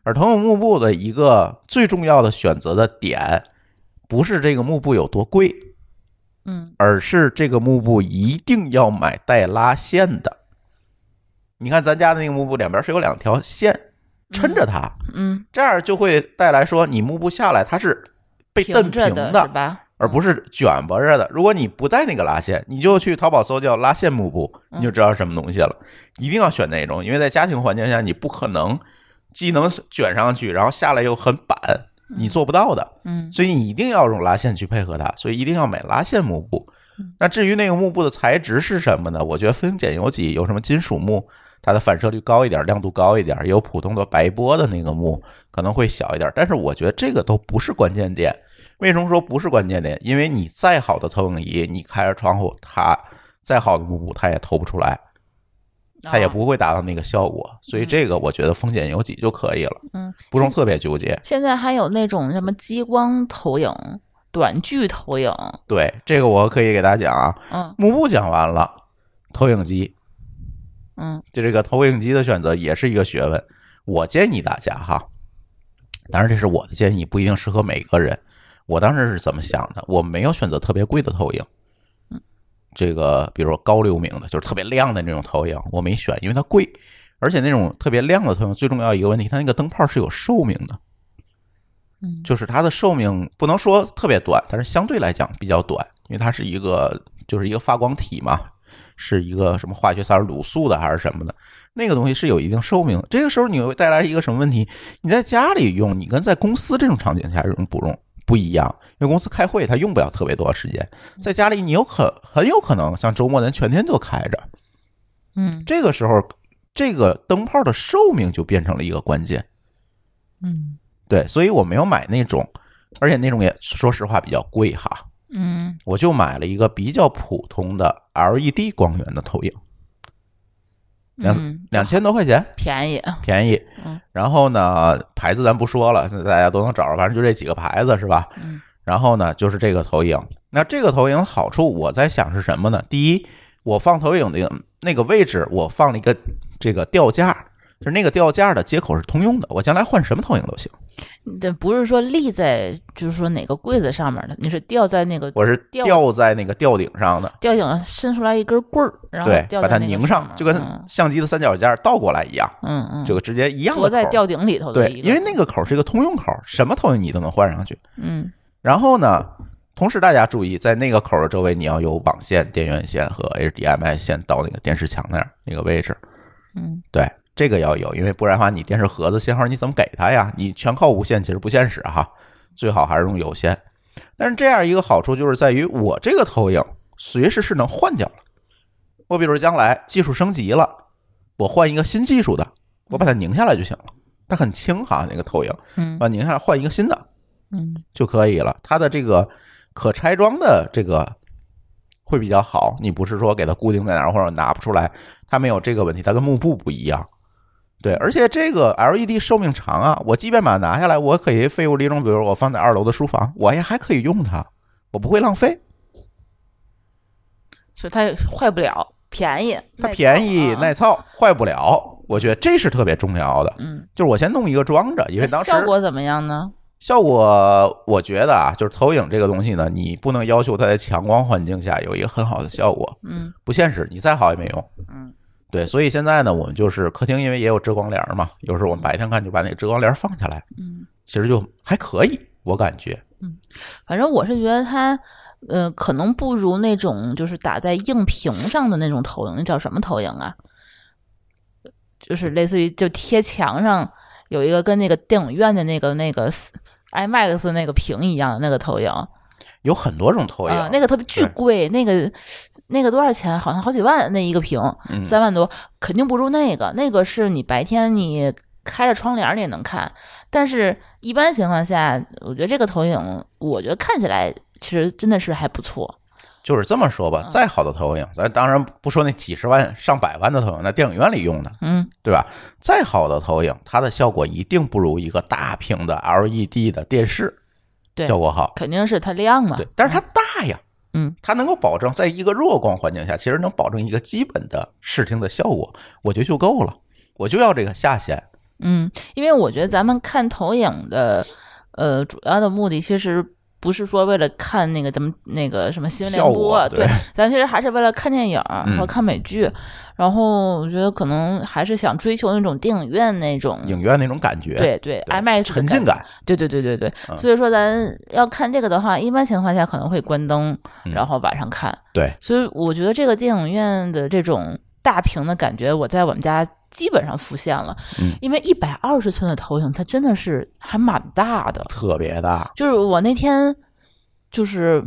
[SPEAKER 1] 而投影幕布的一个最重要的选择的点，不是这个幕布有多贵，
[SPEAKER 2] 嗯
[SPEAKER 1] 而是这个幕布一定要买带拉线的。你看咱家的那个幕布两边是有两条线抻着它，
[SPEAKER 2] 嗯，
[SPEAKER 1] 这样就会带来说你幕布下来它是被蹬平
[SPEAKER 2] 平着
[SPEAKER 1] 的，
[SPEAKER 2] 的是吧？
[SPEAKER 1] 而不是卷巴着的。如果你不带那个拉线，你就去淘宝搜叫拉线幕布，
[SPEAKER 2] 嗯
[SPEAKER 1] 你就知道是什么东西了。一定要选那种，因为在家庭环境下你不可能既能卷上去，然后下来又很板，你做不到的。
[SPEAKER 2] 嗯
[SPEAKER 1] 所以你一定要用拉线去配合它，所以一定要买拉线幕布。那至于那个幕布的材质是什么呢？我觉得分拣有几，有什么金属幕，它的反射率高一点，亮度高一点；有普通的白玻的那个幕，可能会小一点。但是我觉得这个都不是关键点，为什么说不是关键点？因为你再好的投影仪，你开着窗户，它再好的幕布，它也投不出来，它也
[SPEAKER 2] 啊
[SPEAKER 1] 不会达到那个效果。所以这个我觉得风险有几就可以了，
[SPEAKER 2] 嗯，
[SPEAKER 1] 不用特别纠结。
[SPEAKER 2] 现在还有那种什么激光投影、短距投影，
[SPEAKER 1] 对，这个我可以给大家讲啊。
[SPEAKER 2] 嗯
[SPEAKER 1] 幕布讲完了，投影机
[SPEAKER 2] 嗯
[SPEAKER 1] 就这个投影机的选择也是一个学问。我建议大家哈，当然这是我的建议，不一定适合每个人。我当时是怎么想的？我没有选择特别贵的投影，这个比如说高流明的，就是特别亮的那种投影，我没选，因为它贵，而且那种特别亮的投影最重要一个问题，它那个灯泡是有寿命的，
[SPEAKER 2] 嗯
[SPEAKER 1] 就是它的寿命不能说特别短，但是相对来讲比较短，因为它是一个就是一个发光体嘛，是一个什么化学三卤素的还是什么的，那个东西是有一定寿命的。这个时候你会带来一个什么问题？你在家里用，你跟在公司这种场景下用不用不一样，因为公司开会它用不了特别多时间，在家里你有可很有可能像周末咱全天都开着，
[SPEAKER 2] 嗯
[SPEAKER 1] 这个时候这个灯泡的寿命就变成了一个关键。
[SPEAKER 2] 嗯
[SPEAKER 1] 对，所以我没有买那种，而且那种也说实话比较贵哈，
[SPEAKER 2] 嗯
[SPEAKER 1] 我就买了一个比较普通的 LED 光源的投影，两
[SPEAKER 2] 嗯，
[SPEAKER 1] 两千多块钱，
[SPEAKER 2] 便宜，
[SPEAKER 1] 便宜
[SPEAKER 2] 嗯。
[SPEAKER 1] 然后呢，牌子咱不说了，大家都能找着，反正就这几个牌子是吧？
[SPEAKER 2] 嗯
[SPEAKER 1] 然后呢，就是这个投影。那这个投影好处，我在想是什么呢？第一，我放投影的那个位置，我放了一个这个吊架，就是那个吊架的接口是通用的，我将来换什么投影都行。
[SPEAKER 2] 这不是说立在就是说哪个柜子上面的，你是吊在那个
[SPEAKER 1] 我是
[SPEAKER 2] 吊
[SPEAKER 1] 吊在那个吊顶上的，
[SPEAKER 2] 吊顶上伸出来一根棍儿，然后
[SPEAKER 1] 对，
[SPEAKER 2] 吊
[SPEAKER 1] 把它
[SPEAKER 2] 在那个
[SPEAKER 1] 拧上，
[SPEAKER 2] 面
[SPEAKER 1] 就跟
[SPEAKER 2] 嗯
[SPEAKER 1] 相机的三脚架倒过来一样，
[SPEAKER 2] 嗯嗯，
[SPEAKER 1] 就直接一样
[SPEAKER 2] 坐
[SPEAKER 1] 的
[SPEAKER 2] 在
[SPEAKER 1] 口儿。
[SPEAKER 2] 吊顶里头的
[SPEAKER 1] 对，
[SPEAKER 2] 一个，
[SPEAKER 1] 因为那个口儿是一个通用口儿，什么投影你都能换上去。
[SPEAKER 2] 嗯
[SPEAKER 1] 然后呢，同时大家注意，在那个口儿的周围，你要有网线、电源线和 HDMI 线到那个电视墙那儿那个位置。
[SPEAKER 2] 嗯
[SPEAKER 1] 对，这个要有，因为不然的话，你电视盒子信号你怎么给它呀？你全靠无线其实不现实哈，最好还是用有线。但是这样一个好处就是在于，我这个投影随时是能换掉了。我比如将来技术升级了，我换一个新技术的，我把它拧下来就行了。它很轻哈，那个投影，
[SPEAKER 2] 嗯
[SPEAKER 1] 把它拧下来换一个新的，
[SPEAKER 2] 嗯
[SPEAKER 1] 就可以了。它的这个可拆装的这个会比较好，你不是说给它固定在哪儿或者拿不出来，它没有这个问题，它跟幕布不一样。对，而且这个 LED 寿命长啊，我即便把它拿下来，我可以废物利用，比如我放在二楼的书房，我也还可以用它，我不会浪费。
[SPEAKER 2] 所以它也坏不了，便宜，
[SPEAKER 1] 它
[SPEAKER 2] 耐
[SPEAKER 1] 便
[SPEAKER 2] 操
[SPEAKER 1] 宜
[SPEAKER 2] 啊
[SPEAKER 1] 耐操，坏不了，我觉得这是特别重要的。
[SPEAKER 2] 嗯，
[SPEAKER 1] 就是我先弄一个装着，因为当时
[SPEAKER 2] 效果怎么样呢？
[SPEAKER 1] 效果，我觉得啊，就是投影这个东西呢，你不能要求它在强光环境下有一个很好的效果，
[SPEAKER 2] 嗯
[SPEAKER 1] 不现实，你再好也没用。
[SPEAKER 2] 嗯，
[SPEAKER 1] 对，所以现在呢，我们就是客厅，因为也有遮光帘儿嘛，有时候我们白天看就把那个遮光帘儿放下来，
[SPEAKER 2] 嗯，
[SPEAKER 1] 其实就还可以，我感觉。
[SPEAKER 2] 反正我是觉得它。呃，可能不如那种就是打在硬屏上的那种投影，那叫什么投影啊？就是类似于就贴墙上有一个跟那个电影院的那个那个 IMAX 那个屏一样的那个投影，
[SPEAKER 1] 有很多种投影，
[SPEAKER 2] 啊，那个特别巨
[SPEAKER 1] 对
[SPEAKER 2] 贵，那个那个多少钱？好像好几万那一个屏，
[SPEAKER 1] 嗯
[SPEAKER 2] 三万多，肯定不如那个。那个是你白天你开着窗帘儿你也能看，但是一般情况下，我觉得这个投影，我觉得看起来其实真的是还不错。
[SPEAKER 1] 就是这么说
[SPEAKER 2] 嗯
[SPEAKER 1] 吧，再好的投影，咱当然不说那几十万、上百万的投影，那电影院里用的，
[SPEAKER 2] 嗯
[SPEAKER 1] 对吧？再好的投影，它的效果一定不如一个大屏的 LED 的电视
[SPEAKER 2] 对
[SPEAKER 1] 效果好。
[SPEAKER 2] 肯定是它亮嘛。
[SPEAKER 1] 对，但是它大呀，
[SPEAKER 2] 嗯，
[SPEAKER 1] 它能够保证在一个弱光环境下，其实能保证一个基本的视听的效果，我觉得就够了。我就要这个下限，
[SPEAKER 2] 嗯，因为我觉得咱们看投影的，呃，主要的目的其实不是说为了看那个咱们那个什么新闻
[SPEAKER 1] 效
[SPEAKER 2] 联
[SPEAKER 1] 果
[SPEAKER 2] 播，
[SPEAKER 1] 对
[SPEAKER 2] 咱其实还是为了看电影儿
[SPEAKER 1] 嗯
[SPEAKER 2] 和看美剧。然后我觉得可能还是想追求那种电影院那种，
[SPEAKER 1] 影院那种感觉，
[SPEAKER 2] 对对
[SPEAKER 1] 对
[SPEAKER 2] ，IMAX 的
[SPEAKER 1] 沉浸
[SPEAKER 2] 感，
[SPEAKER 1] 感，
[SPEAKER 2] 对对对对对。
[SPEAKER 1] 嗯
[SPEAKER 2] 所以说咱要看这个的话，一般情况下可能会关灯，
[SPEAKER 1] 嗯
[SPEAKER 2] 然后晚上看。
[SPEAKER 1] 对，
[SPEAKER 2] 所以我觉得这个电影院的这种大屏的感觉，我在我们家基本上浮现了。
[SPEAKER 1] 嗯
[SPEAKER 2] 因为一百二十寸的投影，它真的是还蛮大的。
[SPEAKER 1] 特别大，
[SPEAKER 2] 就是我那天，就是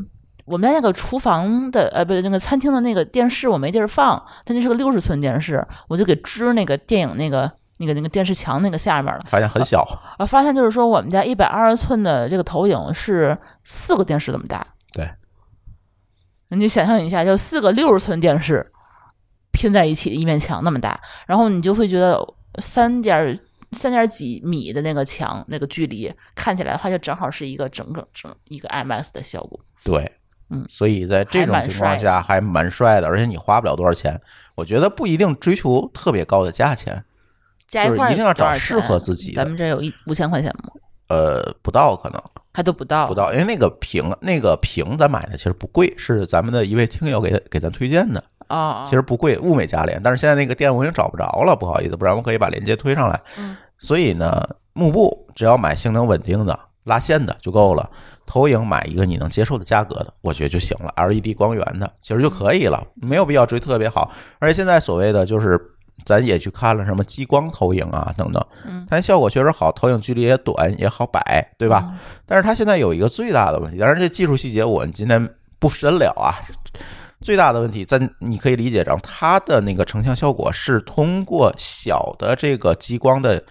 [SPEAKER 2] 我们家那个厨房的，呃，不是那个餐厅的那个电视，我没地儿放，它那是个六十寸电视，我就给支那个电影那个那个那个电视墙那个下面了。
[SPEAKER 1] 发现很小，
[SPEAKER 2] 啊，发现就是说我们家一百二十寸的这个投影是四个电视这么大。
[SPEAKER 1] 对，
[SPEAKER 2] 你就想象一下，就四个六十寸电视拼在一起的一面墙那么大，然后你就会觉得三点三点几米的那个墙那个距离看起来的话，就正好是一个整整整一个 IMAX 的效果。
[SPEAKER 1] 对，
[SPEAKER 2] 嗯
[SPEAKER 1] 所以在这种情况下还蛮帅的，而且你花不了多少钱，我觉得不一定追求特别高的价钱，
[SPEAKER 2] 加一
[SPEAKER 1] 就是
[SPEAKER 2] 块儿
[SPEAKER 1] 一定要
[SPEAKER 2] 多少
[SPEAKER 1] 找适合
[SPEAKER 2] 钱
[SPEAKER 1] 自己的
[SPEAKER 2] 咱们这有一五千块钱吗？
[SPEAKER 1] 呃，不到可能
[SPEAKER 2] 还都不到，
[SPEAKER 1] 不到，因为那个屏那个屏咱买的其实不贵，是咱们的一位听友给给咱推荐的，
[SPEAKER 2] 啊！
[SPEAKER 1] 其实不贵，物美价廉。但是现在那个店我已经找不着了，不好意思，不然我可以把链接推上来。
[SPEAKER 2] 嗯
[SPEAKER 1] 所以呢，幕布只要买性能稳定的、拉线的就够了。投影买一个你能接受的价格的，我觉得就行了。LED 光源的其实就可以了，没有必要追特别好。而且现在所谓的就是，咱也去看了什么激光投影啊等等，
[SPEAKER 2] 嗯
[SPEAKER 1] 它效果确实好，投影距离也短，也好摆，对吧？
[SPEAKER 2] 嗯
[SPEAKER 1] 但是它现在有一个最大的问题，当然这技术细节我们今天不深聊啊。最大的问题，咱你可以理解成它的那个成像效果是通过小的这个激光的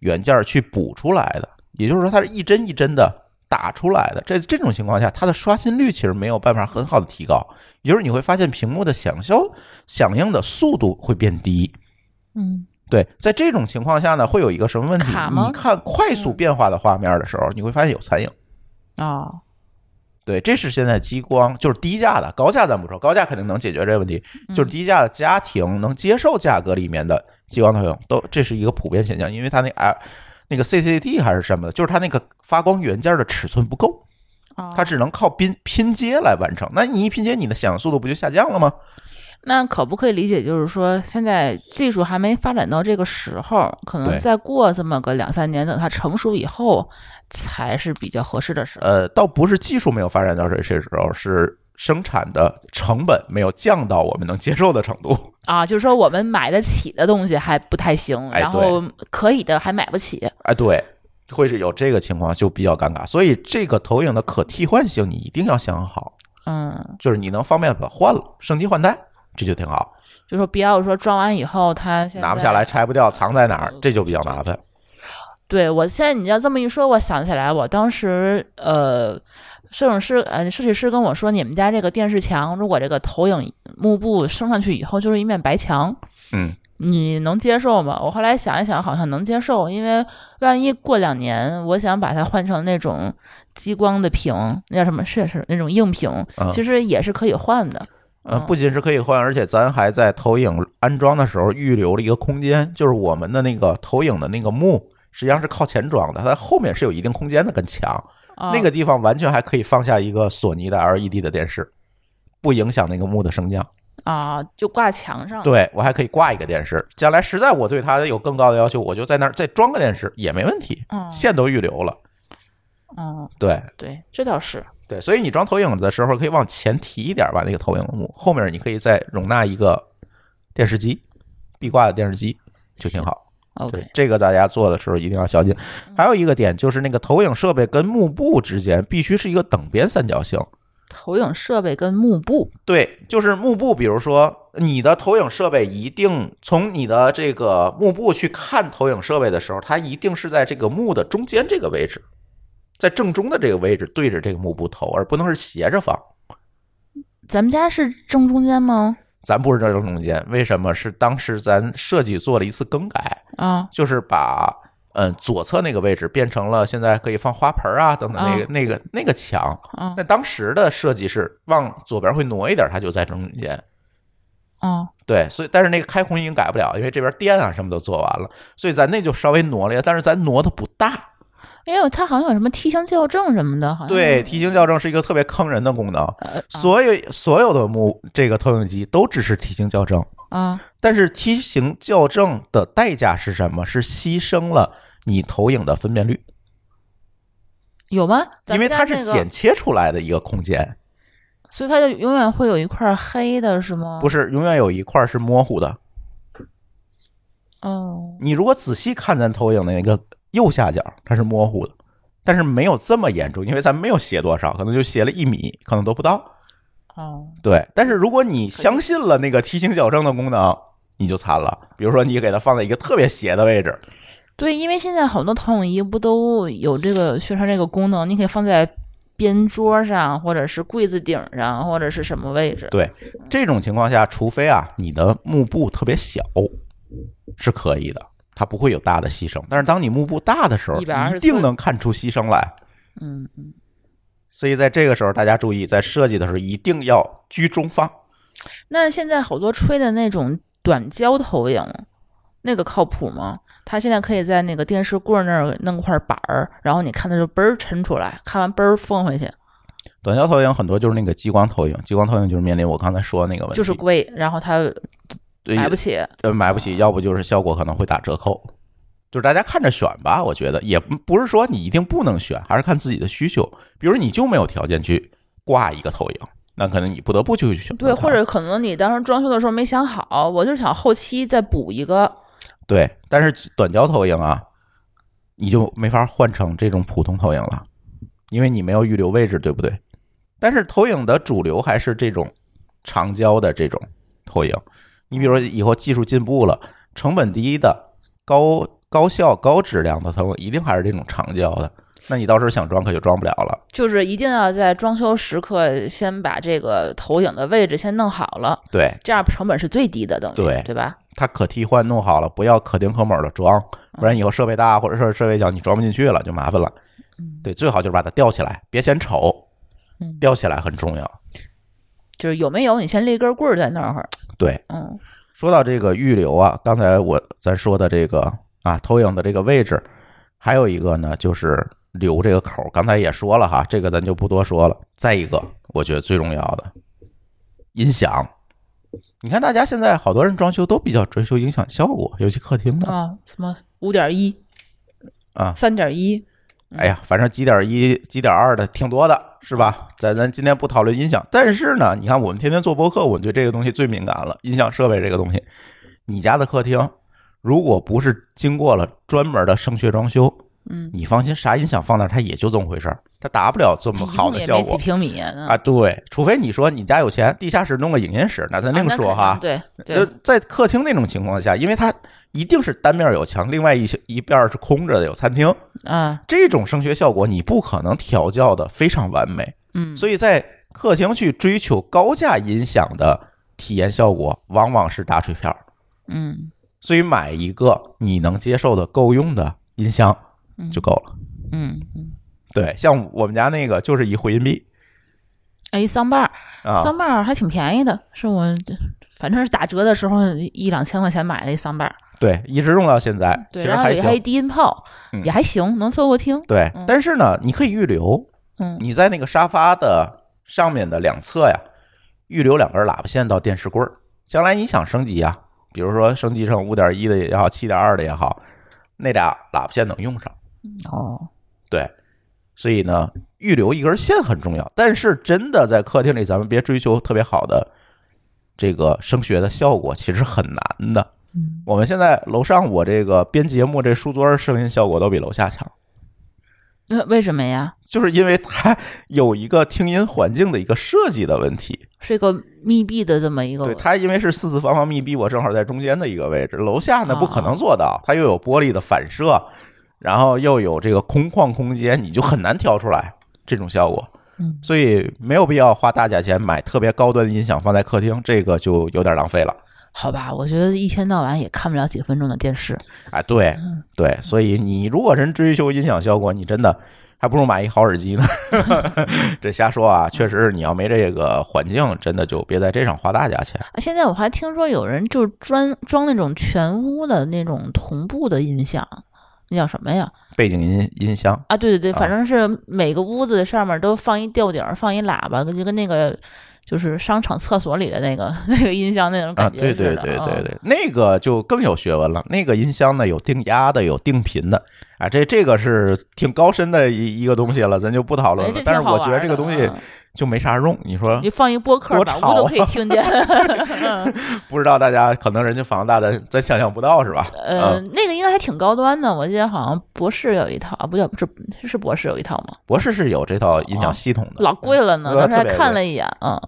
[SPEAKER 1] 元件去补出来的，也就是说它是一帧一帧的打出来的。这这种情况下，它的刷新率其实没有办法很好的提高，也就是你会发现屏幕的响效响应的速度会变低。
[SPEAKER 2] 嗯，
[SPEAKER 1] 对，在这种情况下呢，会有一个什么问题
[SPEAKER 2] 卡？吗嗯
[SPEAKER 1] 你看快速变化的画面的时候，你会发现有残影。
[SPEAKER 2] 哦，
[SPEAKER 1] 对，这是现在激光，就是低价的，高价咱不说，高价肯定能解决这个问题。就是低价的家庭能接受价格里面的激光投影，都这是一个普遍现象，因为它那 L 那个 CCD 还是什么的，就是它那个发光元件的尺寸不够，
[SPEAKER 2] 哦
[SPEAKER 1] 它只能靠拼拼接来完成。那你一拼接，你的响应速度不就下降了吗？
[SPEAKER 2] 那可不可以理解，就是说现在技术还没发展到这个时候，可能
[SPEAKER 1] 对
[SPEAKER 2] 再过这么个两三年，等它成熟以后，才是比较合适的时候。
[SPEAKER 1] 呃，倒不是技术没有发展到这这时候，是生产的成本没有降到我们能接受的程度。
[SPEAKER 2] 啊，就是说我们买得起的东西还不太行，
[SPEAKER 1] 哎
[SPEAKER 2] 然后可以的还买不起。
[SPEAKER 1] 哎，对，会是有这个情况就比较尴尬，所以这个投影的可替换性你一定要想好，
[SPEAKER 2] 嗯，
[SPEAKER 1] 就是你能方便把它换了，升级换代，这就挺好。
[SPEAKER 2] 就说不要说装完以后它现在
[SPEAKER 1] 拿不下来，。拆不掉，藏在哪儿，这就比较麻烦。
[SPEAKER 2] 对我现在你要这么一说，我想起来我当时呃。摄影师，呃，设计师跟我说，你们家这个电视墙，如果这个投影幕布升上去以后，就是一面白墙。
[SPEAKER 1] 嗯，
[SPEAKER 2] 你能接受吗？我后来想一想，好像能接受，因为万一过两年，我想把它换成那种激光的屏，那叫什么？是是那种硬屏，
[SPEAKER 1] 嗯
[SPEAKER 2] 其实也是可以换的。
[SPEAKER 1] 呃，
[SPEAKER 2] 嗯
[SPEAKER 1] 不仅是可以换，而且咱还在投影安装的时候预留了一个空间，就是我们的那个投影的那个幕。实际上是靠前装的，它后面是有一定空间的，跟墙、
[SPEAKER 2] 啊
[SPEAKER 1] 那个地方完全还可以放下一个索尼的 LED 的电视，不影响那个幕的升降。
[SPEAKER 2] 啊，就挂墙上。
[SPEAKER 1] 对我还可以挂一个电视，将来实在我对它有更高的要求，我就在那儿再装个电视也没问题，
[SPEAKER 2] 嗯
[SPEAKER 1] 线都预留了。
[SPEAKER 2] 嗯，
[SPEAKER 1] 对
[SPEAKER 2] 对，这倒是。
[SPEAKER 1] 对，所以你装投影的时候可以往前提一点吧，那个投影幕后面你可以再容纳一个电视机，壁挂的电视机就挺好。对
[SPEAKER 2] OK，，嗯
[SPEAKER 1] 这个大家做的时候一定要小心。还有一个点就是那个投影设备跟幕布之间必须是一个等边三角形。
[SPEAKER 2] 投影设备跟幕布
[SPEAKER 1] 对，就是幕布，比如说你的投影设备一定从你的这个幕布去看投影设备的时候，它一定是在这个幕的中间这个位置，在正中的这个位置对着这个幕布投，而不能是斜着放。
[SPEAKER 2] 咱们家是正中间吗？
[SPEAKER 1] 咱不是在正中间，为什么？是当时咱设计做了一次更改，
[SPEAKER 2] 啊
[SPEAKER 1] 就是把嗯左侧那个位置变成了现在可以放花盆啊等等那个、
[SPEAKER 2] 啊
[SPEAKER 1] 那个那个墙。
[SPEAKER 2] 啊
[SPEAKER 1] 那当时的设计是往左边会挪一点，它就在正中间。
[SPEAKER 2] 啊！
[SPEAKER 1] 对，所以但是那个开孔已经改不了，因为这边电啊什么都做完了，所以咱那就稍微挪了一下，但是咱挪的不大。
[SPEAKER 2] 因为它好像有什么梯形校正什么的，好像
[SPEAKER 1] 对，梯形校正是一个特别坑人的功能，
[SPEAKER 2] 呃
[SPEAKER 1] 所有所有的幕这个投影机都支持梯形校正，
[SPEAKER 2] 啊
[SPEAKER 1] 但是梯形校正的代价是什么？是牺牲了你投影的分辨率，
[SPEAKER 2] 有吗？咱
[SPEAKER 1] 因为
[SPEAKER 2] 们家
[SPEAKER 1] 它是
[SPEAKER 2] 那个
[SPEAKER 1] 剪切出来的一个空间，
[SPEAKER 2] 所以它就永远会有一块黑的，是吗？
[SPEAKER 1] 不
[SPEAKER 2] 是，
[SPEAKER 1] 是永远有一块是模糊的。
[SPEAKER 2] 哦，
[SPEAKER 1] 你如果仔细看咱投影的那个右下角，它是模糊的，但是没有这么严重，因为咱没有斜多少，可能就斜了一米，可能都不到。
[SPEAKER 2] 哦，
[SPEAKER 1] 对，但是如果你相信了那个梯形矫正的功能，你就惨了。比如说你给它放在一个特别斜的位置，
[SPEAKER 2] 对，因为现在好多投影仪不都有这个宣传这个功能，你可以放在边桌上，或者是柜子顶上，或者是什么位置。
[SPEAKER 1] 对这种情况下，除非啊你的幕布特别小，是可以的，它不会有大的牺牲。但是当你幕布大的时候，
[SPEAKER 2] 120寸
[SPEAKER 1] 一定能看出牺牲来。
[SPEAKER 2] 嗯，嗯
[SPEAKER 1] 所以在这个时候，大家注意，在设计的时候一定要居中放。
[SPEAKER 2] 那现在好多吹的那种短焦投影，那个靠谱吗？它现在可以在那个电视柜儿那儿弄块板儿，然后你看它就嘣儿抻出来，看完嘣儿放回去，
[SPEAKER 1] 短焦投影很多就是那个激光投影，激光投影就是面临我刚才说的那个问题，
[SPEAKER 2] 就是贵，然后它
[SPEAKER 1] 对
[SPEAKER 2] 买不起。
[SPEAKER 1] 呃，买不起，要不就是效果可能会打折扣。就是大家看着选吧，我觉得也不不是说你一定不能选，还是看自己的需求。比如你就没有条件去挂一个投影，那可能你不得不去选它。
[SPEAKER 2] 对，或者可能你当时装修的时候没想好，我就想后期再补一个。
[SPEAKER 1] 对，但是短焦投影啊，你就没法换成这种普通投影了，因为你没有预留位置，对不对？但是投影的主流还是这种长焦的这种投影。你比如说以后技术进步了，成本低的、高高效、高质量的投影，一定还是这种长焦的。那你到时候想装可就装不了了。
[SPEAKER 2] 就是一定要在装修时刻先把这个投影的位置先弄好了，
[SPEAKER 1] 对，
[SPEAKER 2] 这样成本是最低的，等于
[SPEAKER 1] 对
[SPEAKER 2] 对吧？
[SPEAKER 1] 它可替换弄好了，不要可丁可卯的装，不然以后设备大或者是设备小，你装不进去了就麻烦了。对，最好就是把它吊起来，别嫌丑
[SPEAKER 2] 嗯，
[SPEAKER 1] 吊起来很重要。
[SPEAKER 2] 就是有没有你先立根棍儿在那会儿，
[SPEAKER 1] 对，
[SPEAKER 2] 嗯，
[SPEAKER 1] 说到这个预留啊，刚才我咱说的这个啊，投影的这个位置，还有一个呢，就是留这个口儿。刚才也说了哈，这个咱就不多说了。再一个，我觉得最重要的，音响。你看，大家现在好多人装修都比较追求音响效果，尤其客厅的。
[SPEAKER 2] 啊，什么五点一
[SPEAKER 1] 啊
[SPEAKER 2] 三点一，
[SPEAKER 1] 哎呀，反正几点一、几点二的挺多的，是吧？咱咱今天不讨论音响，但是呢，你看我们天天做播客，我们对这个东西最敏感了，音响设备这个东西。你家的客厅如果不是经过了专门的声学装修，
[SPEAKER 2] 嗯，
[SPEAKER 1] 你放心，啥音响放那儿它也就这么回事儿，它达不了这么好的
[SPEAKER 2] 一
[SPEAKER 1] 效
[SPEAKER 2] 共也没
[SPEAKER 1] 果
[SPEAKER 2] 几平米啊
[SPEAKER 1] 啊。对，除非你说你家有钱，地下室弄个影音室，那咱
[SPEAKER 2] 啊
[SPEAKER 1] 另说哈。
[SPEAKER 2] 对
[SPEAKER 1] 就
[SPEAKER 2] 对，
[SPEAKER 1] 在客厅那种情况下，因为它一定是单面有墙，另外一一边儿是空着的，有餐厅。
[SPEAKER 2] 啊，
[SPEAKER 1] 这种声学效果你不可能调教的非常完美，
[SPEAKER 2] 嗯，
[SPEAKER 1] 所以在客厅去追求高价音响的体验效果，往往是打水漂。
[SPEAKER 2] 嗯
[SPEAKER 1] 所以买一个你能接受的够用的音箱
[SPEAKER 2] 嗯
[SPEAKER 1] 就够了。
[SPEAKER 2] 嗯嗯，
[SPEAKER 1] 对，像我们家那个就是一回音壁
[SPEAKER 2] 哎，桑巴尔，
[SPEAKER 1] 啊，
[SPEAKER 2] 桑巴尔还挺便宜的，是我反正是打折的时候一两千块钱买的一桑巴尔，
[SPEAKER 1] 对，一直用到现在，其
[SPEAKER 2] 对，
[SPEAKER 1] 实
[SPEAKER 2] 然后
[SPEAKER 1] 还
[SPEAKER 2] 也还有
[SPEAKER 1] 行。
[SPEAKER 2] 低音炮
[SPEAKER 1] 嗯，
[SPEAKER 2] 也还行，能凑合听，
[SPEAKER 1] 对
[SPEAKER 2] 嗯，
[SPEAKER 1] 但是呢，你可以预留，
[SPEAKER 2] 嗯
[SPEAKER 1] 你在那个沙发的上面的两侧呀，预留两根喇叭线到电视柜儿。将来你想升级呀，比如说升级成五点一的也好，七点二的也好，那俩喇叭线能用上。
[SPEAKER 2] 哦，
[SPEAKER 1] 对，所以呢，预留一根线很重要。但是真的在客厅里，咱们别追求特别好的这个声学的效果，其实很难的。
[SPEAKER 2] 嗯
[SPEAKER 1] 我们现在楼上我这个编节目这书桌声音效果都比楼下强。
[SPEAKER 2] 那为什么呀？
[SPEAKER 1] 就是因为它有一个听音环境的一个设计的问题。
[SPEAKER 2] 是一个密闭的这么一个，
[SPEAKER 1] 对，它因为是四四方方密闭，我正好在中间的一个位置，楼下呢
[SPEAKER 2] 啊
[SPEAKER 1] 不可能做到，它又有玻璃的反射，然后又有这个空旷空间，你就很难调出来这种效果
[SPEAKER 2] 嗯。
[SPEAKER 1] 所以没有必要花大价钱买特别高端的音响放在客厅，这个就有点浪费了。
[SPEAKER 2] 好吧，我觉得一天到晚也看不了几分钟的电视。啊
[SPEAKER 1] 哎，对
[SPEAKER 2] 嗯
[SPEAKER 1] 对，所以你如果真追求音响效果，你真的还不如买一好耳机呢。
[SPEAKER 2] 嗯
[SPEAKER 1] 这瞎说啊，确实是你要没这个环境，真的就别在这上花大价钱。
[SPEAKER 2] 啊现在我还听说有人就专装那种全屋的那种同步的音响，那叫什么呀？
[SPEAKER 1] 背景音音箱，
[SPEAKER 2] 啊，对对对，
[SPEAKER 1] 啊
[SPEAKER 2] 反正是每个屋子上面都放一吊顶儿，放一喇叭，跟就跟那个就是商场厕所里的那个 那个音箱那种
[SPEAKER 1] 啊，
[SPEAKER 2] 感
[SPEAKER 1] 对
[SPEAKER 2] 觉似的。
[SPEAKER 1] 对对对
[SPEAKER 2] 嗯
[SPEAKER 1] 对，那个就更有学问了。那个音箱呢，有定压的，有定频的，啊，这这个是挺高深的一一个东西了，咱就不讨论
[SPEAKER 2] 哎
[SPEAKER 1] 了
[SPEAKER 2] 这。
[SPEAKER 1] 但是
[SPEAKER 2] 挺好
[SPEAKER 1] 我觉得
[SPEAKER 2] 玩
[SPEAKER 1] 这个
[SPEAKER 2] 的
[SPEAKER 1] 东西
[SPEAKER 2] 嗯
[SPEAKER 1] 就没啥用，你说
[SPEAKER 2] 你放一播客，
[SPEAKER 1] 多
[SPEAKER 2] 满
[SPEAKER 1] 吵
[SPEAKER 2] 屋都
[SPEAKER 1] 啊
[SPEAKER 2] 可以听 见。
[SPEAKER 1] 不知道大家可能人家房子大的，咱想象不到是吧？
[SPEAKER 2] 呃，
[SPEAKER 1] 嗯，
[SPEAKER 2] 那个应该还挺高端的，我记得好像博士有一套，啊，不叫是是博士有一套吗？
[SPEAKER 1] 博士是有这套音
[SPEAKER 2] 哦
[SPEAKER 1] 响系统的，
[SPEAKER 2] 老贵了呢，
[SPEAKER 1] 呃
[SPEAKER 2] 当时还
[SPEAKER 1] 特别
[SPEAKER 2] 看
[SPEAKER 1] 贵
[SPEAKER 2] 了一眼，嗯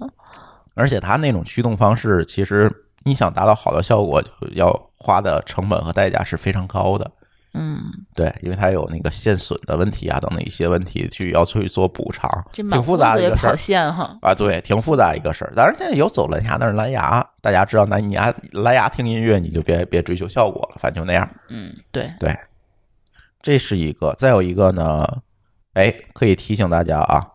[SPEAKER 1] 而且它那种驱动方式其实你想达到好的效果，就要花的成本和代价是非常高的。
[SPEAKER 2] 嗯，
[SPEAKER 1] 对，因为它有那个线损的问题啊，等等一些问题去要去做补偿，
[SPEAKER 2] 这
[SPEAKER 1] 挺复杂的一个事
[SPEAKER 2] 跑
[SPEAKER 1] 儿
[SPEAKER 2] 线哈，
[SPEAKER 1] 啊。对，挺复杂一个事儿。当然现在有走蓝牙，但是蓝牙大家知道，那你牙蓝牙听音乐你就别别追求效果了，反正就那样。
[SPEAKER 2] 嗯，对，
[SPEAKER 1] 对，这是一个。再有一个呢，哎，可以提醒大家啊，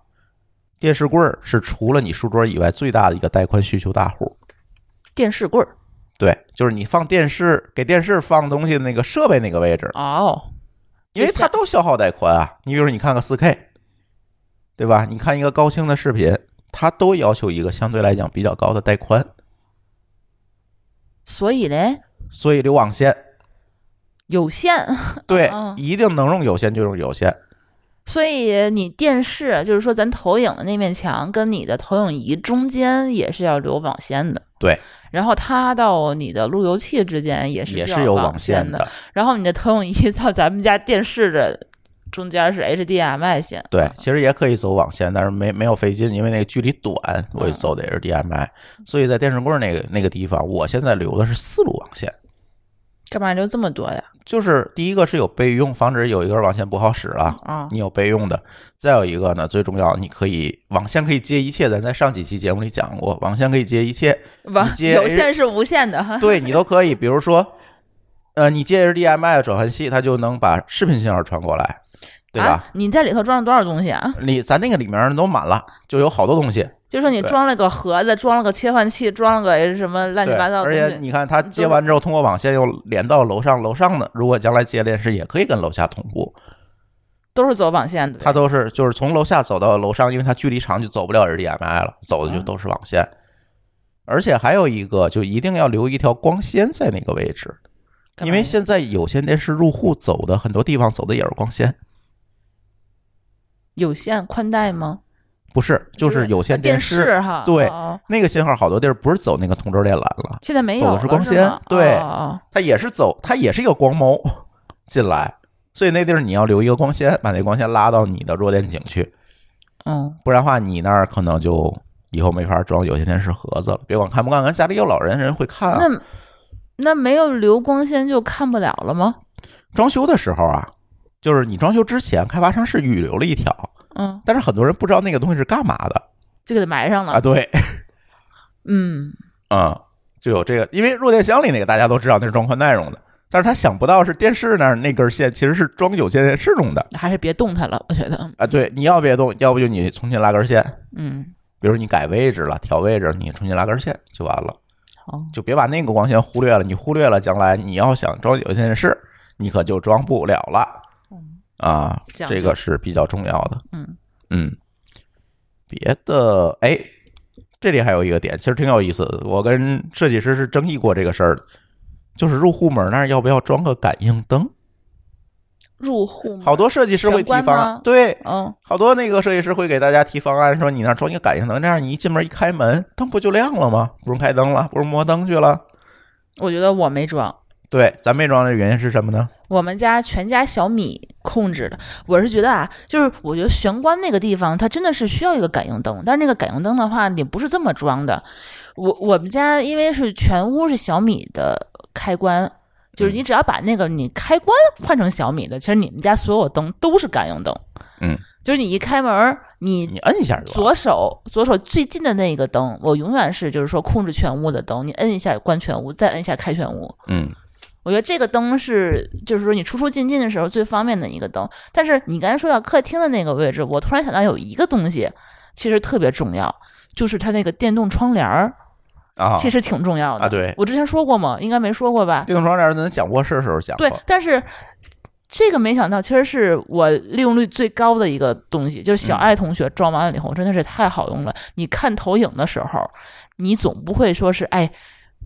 [SPEAKER 1] 电视柜儿是除了你书桌以外最大的一个带宽需求大户。
[SPEAKER 2] 电视柜儿
[SPEAKER 1] 对，就是你放电视给电视放东西的那个设备那个位置，
[SPEAKER 2] 哦，
[SPEAKER 1] 因为它都消耗带宽啊。你比如说，你看个四 K，对吧？你看一个高清的视频，它都要求一个相对来讲比较高的带宽，
[SPEAKER 2] 所以嘞，
[SPEAKER 1] 所以留网 线
[SPEAKER 2] 有线，
[SPEAKER 1] 对
[SPEAKER 2] 嗯，
[SPEAKER 1] 一定能用有线就用有线。
[SPEAKER 2] 所以你电视就是说咱投影的那面墙跟你的投影仪中间也是要留网线的，
[SPEAKER 1] 对，
[SPEAKER 2] 然后它到你的路由器之间也是
[SPEAKER 1] 也
[SPEAKER 2] 需要
[SPEAKER 1] 是有
[SPEAKER 2] 网
[SPEAKER 1] 网线
[SPEAKER 2] 的，
[SPEAKER 1] 的，
[SPEAKER 2] 然后你的投影仪到咱们家电视的中间是 HDMI 线，
[SPEAKER 1] 对，其实也可以走网线，但是没没有费劲，因为那个距离短，我就
[SPEAKER 2] 嗯
[SPEAKER 1] 走的也是 DMI，、所以在电视柜儿那个那个地方，我现在留的是四路网线，
[SPEAKER 2] 干嘛留这么多呀？
[SPEAKER 1] 就是第一个是有备用，防止有一根网线不好使了，
[SPEAKER 2] 啊、
[SPEAKER 1] 你有备用的；再有一个呢，最重要，你可以网线可以接一切，咱在上几期节目里讲过，网线可以接一切，
[SPEAKER 2] 网
[SPEAKER 1] 你接
[SPEAKER 2] 有线是无线的哈，啊
[SPEAKER 1] 对你都可以，比如说，呃，你接 HDMI 的转换器，它就能把视频信号传过来，对吧？
[SPEAKER 2] 啊？你在里头装了多少东西啊？
[SPEAKER 1] 你咱那个里面都满了，就有好多东西，
[SPEAKER 2] 就是你
[SPEAKER 1] 对
[SPEAKER 2] 装了个盒子，装了个切换器，装了个哎什么乱七
[SPEAKER 1] 对，
[SPEAKER 2] 八糟的
[SPEAKER 1] 而
[SPEAKER 2] 东西。嗯
[SPEAKER 1] 且你看，它接完之后，通过网线又连到楼上，楼上的如果将来接电视，也可以跟楼下同步。
[SPEAKER 2] 都是走网线的呗，
[SPEAKER 1] 它都是就是从楼下走到楼上，因为它距离长，就走不了 HDMI 了，走的就
[SPEAKER 2] 啊
[SPEAKER 1] 都是网线。而且还有一个，就一定要留一条光纤在那个位置，
[SPEAKER 2] 干
[SPEAKER 1] 因
[SPEAKER 2] 嘛
[SPEAKER 1] 为
[SPEAKER 2] 呀
[SPEAKER 1] 现在有线电视入户走的很多地方走的也是光纤，
[SPEAKER 2] 有线宽带吗？
[SPEAKER 1] 不是，就
[SPEAKER 2] 就是
[SPEAKER 1] 有线
[SPEAKER 2] 电
[SPEAKER 1] 视
[SPEAKER 2] 哈，
[SPEAKER 1] 对
[SPEAKER 2] 哦
[SPEAKER 1] 那个信号，好多地儿不是走那个同轴电缆了，
[SPEAKER 2] 现在没有
[SPEAKER 1] 走的
[SPEAKER 2] 了
[SPEAKER 1] 是光
[SPEAKER 2] 吗
[SPEAKER 1] 纤对
[SPEAKER 2] 哦哦
[SPEAKER 1] 它也是走，它也是一个光猫进来，所以那地儿你要留一个光纤，把那光纤拉到你的弱电井去，
[SPEAKER 2] 哦嗯，
[SPEAKER 1] 不然的话你那儿可能就以后没法装有线电视盒子了。别管看不看，咱家里有老人，人会看啊。
[SPEAKER 2] 嗯那那没有留光纤就看不了了吗？
[SPEAKER 1] 装修的时候啊，就是你装修之前，开发商是预留了一条，
[SPEAKER 2] 嗯，
[SPEAKER 1] 但是很多人不知道那个东西是干嘛的
[SPEAKER 2] 就给它埋上了。
[SPEAKER 1] 啊。对，
[SPEAKER 2] 嗯，
[SPEAKER 1] 嗯，就有这个，因为弱电箱里那个大家都知道那是装宽带用的，但是他想不到是电视那儿那根线其实是装有线电视用的
[SPEAKER 2] 还是别动它了，我觉得。
[SPEAKER 1] 啊。对，你要别动，要不就你重新拉根线。
[SPEAKER 2] 嗯，
[SPEAKER 1] 比如你改位置了、调位置，你重新拉根线就完了，
[SPEAKER 2] 好，
[SPEAKER 1] 就别把那个光纤忽略了。你忽略了，将来你要想装有线电视，你可就装不了了。啊，
[SPEAKER 2] 嗯讲究
[SPEAKER 1] 这个是比较重要的。
[SPEAKER 2] 嗯
[SPEAKER 1] 嗯，别的哎，这里还有一个点，其实挺有意思的。我跟设计师是争议过这个事儿的，就是入户门那儿要不要装个感应灯？
[SPEAKER 2] 入户吗
[SPEAKER 1] 好，多设计师会
[SPEAKER 2] 玄
[SPEAKER 1] 提
[SPEAKER 2] 关
[SPEAKER 1] 方
[SPEAKER 2] 吗
[SPEAKER 1] 案，对，
[SPEAKER 2] 嗯，
[SPEAKER 1] 好多那个设计师会给大家提方案，说你那儿装一个感应灯，这样你一进门一开门，灯不就亮了吗？不用开灯了，不用摸灯去了。
[SPEAKER 2] 我觉得我没装。
[SPEAKER 1] 对，咱没装的原因是什么呢？
[SPEAKER 2] 我们家全家小米控制的，我是觉得啊，就是我觉得玄关那个地方，它真的是需要一个感应灯，但是那个感应灯的话，你不是这么装的。我我们家因为是全屋是小米的开关，就是你只要把那个你开关换成小米的，其实你们家所有灯都是感应灯。
[SPEAKER 1] 嗯，
[SPEAKER 2] 就是你一开门，你
[SPEAKER 1] 你摁一下就完了。
[SPEAKER 2] 左手左手最近的那个灯，我永远是就是说控制全屋的灯，你摁一下关全屋，再摁一下开全屋。
[SPEAKER 1] 嗯，
[SPEAKER 2] 我觉得这个灯是，就是说你出出进进的时候最方便的一个灯。但是你刚才说到客厅的那个位置，我突然想到有一个东西，其实特别重要，就是它那个电动窗帘儿，
[SPEAKER 1] 啊，
[SPEAKER 2] 其实挺重要的
[SPEAKER 1] 啊对
[SPEAKER 2] 我之前说过吗？应该没说过吧？
[SPEAKER 1] 电动窗帘咱讲卧室的时候讲过
[SPEAKER 2] 对，，但是这个没想到，其实是我利用率最高的一个东西，就是小
[SPEAKER 1] 嗯
[SPEAKER 2] 爱同学装完了以后，真的是太好用了。你看投影的时候，你总不会说是哎。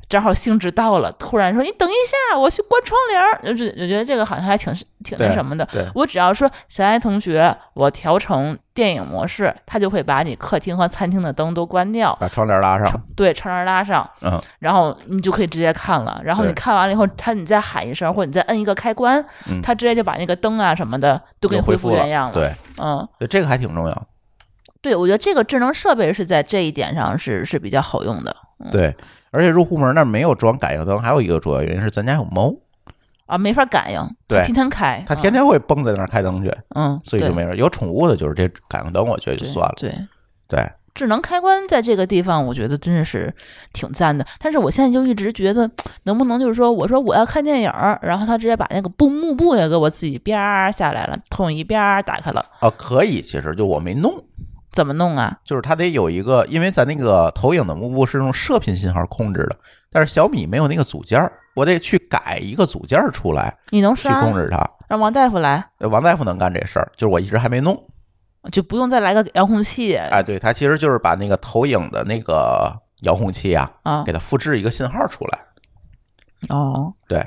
[SPEAKER 2] 正好兴致到了，突然说：“你等一下，我去关窗帘儿。”就是我觉得这个好像还挺挺那
[SPEAKER 1] 对
[SPEAKER 2] 什么的。
[SPEAKER 1] 对
[SPEAKER 2] 我只要说“小爱同学，我调成电影模式”，它就会把你客厅和餐厅的灯都关掉，
[SPEAKER 1] 把窗帘拉上。
[SPEAKER 2] 对，窗帘拉上，
[SPEAKER 1] 嗯，
[SPEAKER 2] 然后你就可以直接看了。然后你
[SPEAKER 1] 对
[SPEAKER 2] 看完了以后，他你再喊一声，或者你再摁一个开关，
[SPEAKER 1] 嗯
[SPEAKER 2] 他直接就把那个灯啊什么的都给你
[SPEAKER 1] 就恢
[SPEAKER 2] 复
[SPEAKER 1] 了
[SPEAKER 2] 原样了。，
[SPEAKER 1] 对，
[SPEAKER 2] 嗯，
[SPEAKER 1] 对，这个还挺重要。
[SPEAKER 2] 对，我觉得这个智能设备是在这一点上是是比较好用的。
[SPEAKER 1] 对，而且入户门那儿没有装感应灯，还有一个主要原因是咱家有猫，
[SPEAKER 2] 啊，没法感应，
[SPEAKER 1] 对
[SPEAKER 2] 它天天开，
[SPEAKER 1] 它天天会蹦在那儿开灯去，
[SPEAKER 2] 嗯，嗯
[SPEAKER 1] 所以就
[SPEAKER 2] 对
[SPEAKER 1] 没人。有宠物的，就是这感应灯，我觉得就
[SPEAKER 2] 对
[SPEAKER 1] 算了。
[SPEAKER 2] 对。
[SPEAKER 1] 对，
[SPEAKER 2] 智能开关在这个地方，我觉得真的是挺赞的。但是我现在就一直觉得，能不能就是说，我说我要看电影儿，然后他直接把那个布幕布也给我自己边下来了，统一边儿打开了，
[SPEAKER 1] 哦，可以，其实就我没弄，
[SPEAKER 2] 怎么弄啊？
[SPEAKER 1] 就是它得有一个，因为咱那个投影的幕布是用射频信号控制的，但是小米没有那个组件儿，我得去改一个组件儿出来
[SPEAKER 2] 你能
[SPEAKER 1] 去
[SPEAKER 2] 刷？
[SPEAKER 1] 控制它。
[SPEAKER 2] 让王大夫来，
[SPEAKER 1] 呃王大夫能干这事儿，就是我一直还没弄。
[SPEAKER 2] 就不用再来个遥控器啊
[SPEAKER 1] 哎，对，它其实就是把那个投影的那个遥控器啊，给它复制一个信号出来。
[SPEAKER 2] 哦。
[SPEAKER 1] 对，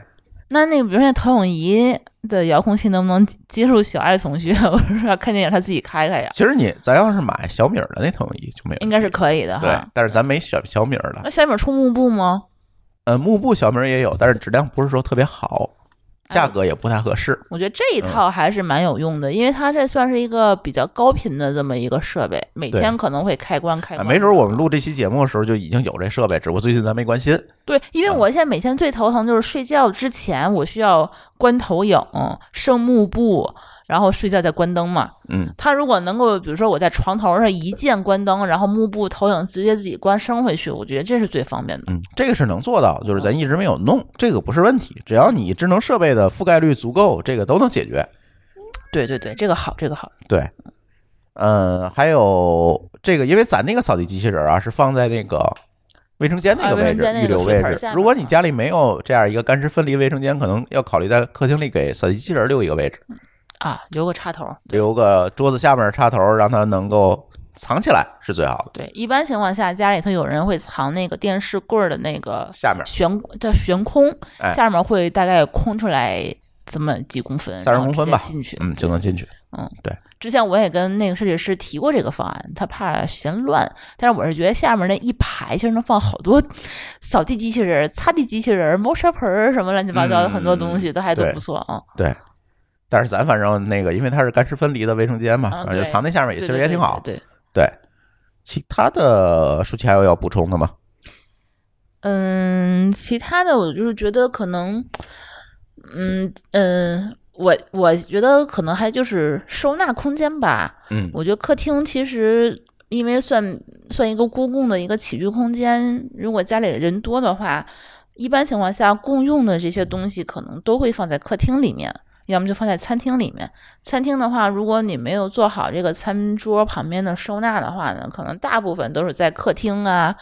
[SPEAKER 2] 那那个比如说投影仪的遥控器能不能接触小爱同学？ 我说看电影他自己开开呀，
[SPEAKER 1] 其实你咱要是买小米儿的那投影仪就没有，
[SPEAKER 2] 应该是啊可以的
[SPEAKER 1] 对
[SPEAKER 2] 哈。，
[SPEAKER 1] 但是咱没选小米儿的
[SPEAKER 2] 那。下面出幕布吗？
[SPEAKER 1] 呃，幕布小米儿也有，但是质量不是说特别好，
[SPEAKER 2] 哎
[SPEAKER 1] 价格也不太合适。
[SPEAKER 2] 我觉得这一
[SPEAKER 1] 嗯
[SPEAKER 2] 套还是蛮有用的，因为它这算是一个比较高频的这么一个设备，每天可能会开关开
[SPEAKER 1] 啊，
[SPEAKER 2] 关。
[SPEAKER 1] 没准我们录这期节目的时候就已经有这设备，只不过最近咱没关心。
[SPEAKER 2] 对，因
[SPEAKER 1] 嗯
[SPEAKER 2] 为我现在每天最头疼就是睡觉之前我需要关投影、升幕布，然后睡觉再关灯嘛。
[SPEAKER 1] 嗯，
[SPEAKER 2] 它如果能够，比如说我在床头上一键关灯，然后幕布投影直接自己关升回去，我觉得这是最方便的。
[SPEAKER 1] 嗯，这个是能做到，就是咱一直没有弄，这个不是问题。只要你智能设备的覆盖率足够，这个都能解决。
[SPEAKER 2] 对对对，这个好，这个好。
[SPEAKER 1] 对，嗯，还有这个，因为咱那个扫地机器人啊，是放在那个卫生间那
[SPEAKER 2] 啊
[SPEAKER 1] 个
[SPEAKER 2] 卫
[SPEAKER 1] 位
[SPEAKER 2] 生
[SPEAKER 1] 置，
[SPEAKER 2] 间那
[SPEAKER 1] 预
[SPEAKER 2] 个
[SPEAKER 1] 留
[SPEAKER 2] 水
[SPEAKER 1] 位
[SPEAKER 2] 盆
[SPEAKER 1] 置
[SPEAKER 2] 下。面
[SPEAKER 1] 如果你
[SPEAKER 2] 啊
[SPEAKER 1] 家里没有这样一个干湿分离卫生间，可能要考虑在客厅里给扫地机器人留一个位置，
[SPEAKER 2] 啊，留个插头。
[SPEAKER 1] 留个桌子下面的插头，让它能够藏起来是最好的。
[SPEAKER 2] 对，一般情况下家里头有人会藏那个电视柜儿的那个
[SPEAKER 1] 下面
[SPEAKER 2] 悬叫悬空
[SPEAKER 1] 哎，
[SPEAKER 2] 下面会大概空出来这么几公分，
[SPEAKER 1] 30
[SPEAKER 2] 然后
[SPEAKER 1] 公分
[SPEAKER 2] 直接
[SPEAKER 1] 吧
[SPEAKER 2] 进去。
[SPEAKER 1] 嗯，就能进去。
[SPEAKER 2] 之前我也跟那个设计师提过这个方案，他怕嫌乱，但是我是觉得下面那一排其实能放好多 扫地机器人、擦地机器人、猫砂盆儿什么乱七八糟的
[SPEAKER 1] 嗯
[SPEAKER 2] 很多东西，都还都
[SPEAKER 1] 对
[SPEAKER 2] 不错啊。
[SPEAKER 1] 对，但是咱反正那个，因为它是干湿分离的卫生间嘛，
[SPEAKER 2] 嗯
[SPEAKER 1] 反正就
[SPEAKER 2] 对
[SPEAKER 1] 藏在下面也
[SPEAKER 2] 对
[SPEAKER 1] 其
[SPEAKER 2] 对
[SPEAKER 1] 实也
[SPEAKER 2] 对
[SPEAKER 1] 挺好。
[SPEAKER 2] 对，对
[SPEAKER 1] 对，其他的舒淇还有要补充的吗？
[SPEAKER 2] 嗯，其他的我就是觉得可能，嗯嗯，我我觉得可能还就是收纳空间吧。
[SPEAKER 1] 嗯
[SPEAKER 2] 我觉得客厅其实因为算算一个公共的一个起居空间，如果家里人多的话，一般情况下共用的这些东西可能都会放在客厅里面，要么就放在餐厅里面。餐厅的话，如果你没有做好这个餐桌旁边的收纳的话呢，可能大部分都是在客厅啊，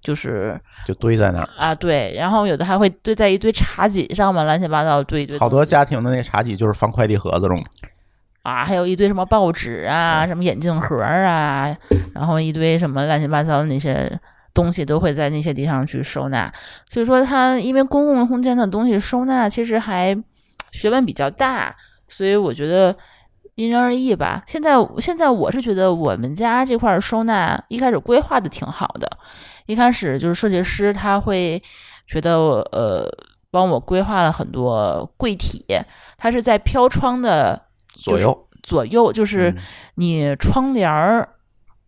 [SPEAKER 2] 就是
[SPEAKER 1] 就堆在那儿。
[SPEAKER 2] 啊对，然后有的还会堆在一堆茶几上面，乱七八糟堆一堆东西，
[SPEAKER 1] 好多家庭的那茶几就是放快递盒子用的，
[SPEAKER 2] 啊，还有一堆什么报纸啊，什么眼镜盒儿啊，然后一堆什么乱七八糟的那些东西都会在那些地方去收纳。所以说，它因为公共空间的东西收纳其实还学问比较大，所以我觉得因人而异吧。现在现在我是觉得我们家这块儿收纳一开始规划的挺好的，一开始就是设计师他会觉得呃帮我规划了很多柜体，它是在飘窗的。
[SPEAKER 1] 左右
[SPEAKER 2] 左
[SPEAKER 1] 嗯
[SPEAKER 2] 右，就是你窗帘儿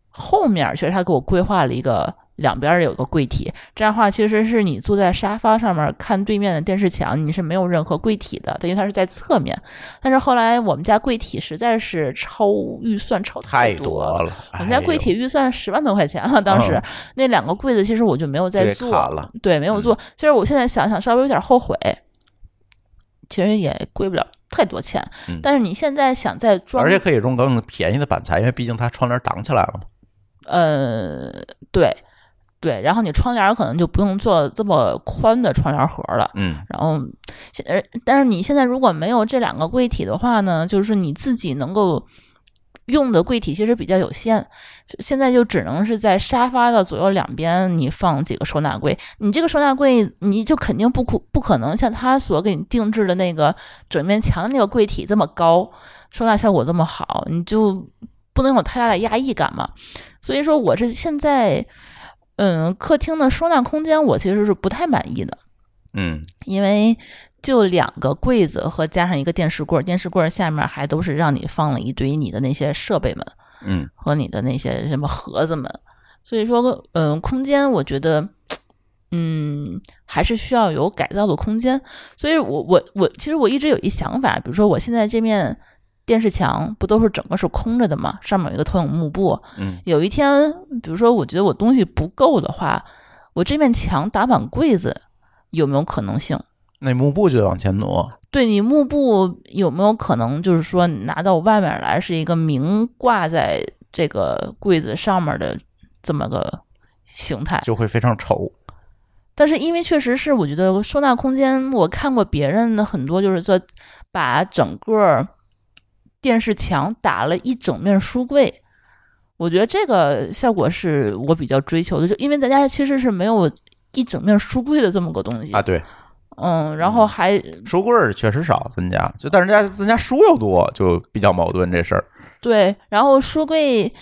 [SPEAKER 2] 后面儿，其实他给我规划了一个两边儿有个柜体，这样的话其实是你坐在沙发上面看对面的电视墙，你是没有任何柜体的，等于它是在侧面。但是后来我们家柜体实在是超预算超
[SPEAKER 1] 太
[SPEAKER 2] 多
[SPEAKER 1] 多
[SPEAKER 2] 了。
[SPEAKER 1] 了。
[SPEAKER 2] 我们家柜体
[SPEAKER 1] 哎
[SPEAKER 2] 预算十万多块钱了，当时、
[SPEAKER 1] 嗯
[SPEAKER 2] 那两个柜子其实我就没有
[SPEAKER 1] 呦
[SPEAKER 2] 再
[SPEAKER 1] 这
[SPEAKER 2] 做，
[SPEAKER 1] 也卡了，
[SPEAKER 2] 对，没有
[SPEAKER 1] 嗯
[SPEAKER 2] 做。其实我现在想想，稍微有点后悔，其实也贵不了太多钱。
[SPEAKER 1] 嗯
[SPEAKER 2] 但是你现在想再装，
[SPEAKER 1] 而且可以用更便宜的板材，因为毕竟它窗帘挡起来了嘛。
[SPEAKER 2] 呃，对对，然后你窗帘儿可能就不用做这么宽的窗帘盒儿了。
[SPEAKER 1] 嗯，
[SPEAKER 2] 然后，现呃，但是你现在如果没有这两个柜体的话呢，就是你自己能够用的柜体其实比较有限，现在就只能是在沙发的左右两边你放几个收纳柜。你这个收纳柜，你就肯定不可不可能像他所给你定制的那个整面墙那个柜体这么高，收纳效果这么好，你就不能有太大的压抑感嘛。所以说，我是现在。嗯，客厅的收纳空间我其实是不太满意的。
[SPEAKER 1] 嗯，
[SPEAKER 2] 因为就两个柜子和加上一个电视柜儿，电视柜儿下面还都是让你放了一堆你的那些设备们
[SPEAKER 1] 嗯，
[SPEAKER 2] 呃和你的那些什么盒子们，所以说，嗯、空间我觉得。嗯，还是需要有改造的空间。所以我我我，其实我一直有一想法，比如说我现在这面电视墙不都是整个是空着的嘛，上面有一个投影幕布。
[SPEAKER 1] 嗯，
[SPEAKER 2] 有一天，比如说我觉得我东西不够的话，我这面墙打满柜子有没有可能性？
[SPEAKER 1] 那幕布就得往前挪，
[SPEAKER 2] 对你幕布有没有可能就是说拿到外面来是一个明挂在这个柜子上面的这么个形态？
[SPEAKER 1] 就会非常丑。
[SPEAKER 2] 但是因为确实是，我觉得收纳空间，我看过别人的很多，就是说把整个电视墙打了一整面书柜，我觉得这个效果是我比较追求的，就因为咱家其实是没有一整面书柜的这么个东西
[SPEAKER 1] 啊，，对，
[SPEAKER 2] 嗯，然后还
[SPEAKER 1] 书柜儿确实少，咱家就但是咱家咱家书又多，就比较矛盾这事儿。
[SPEAKER 2] 对，然后书柜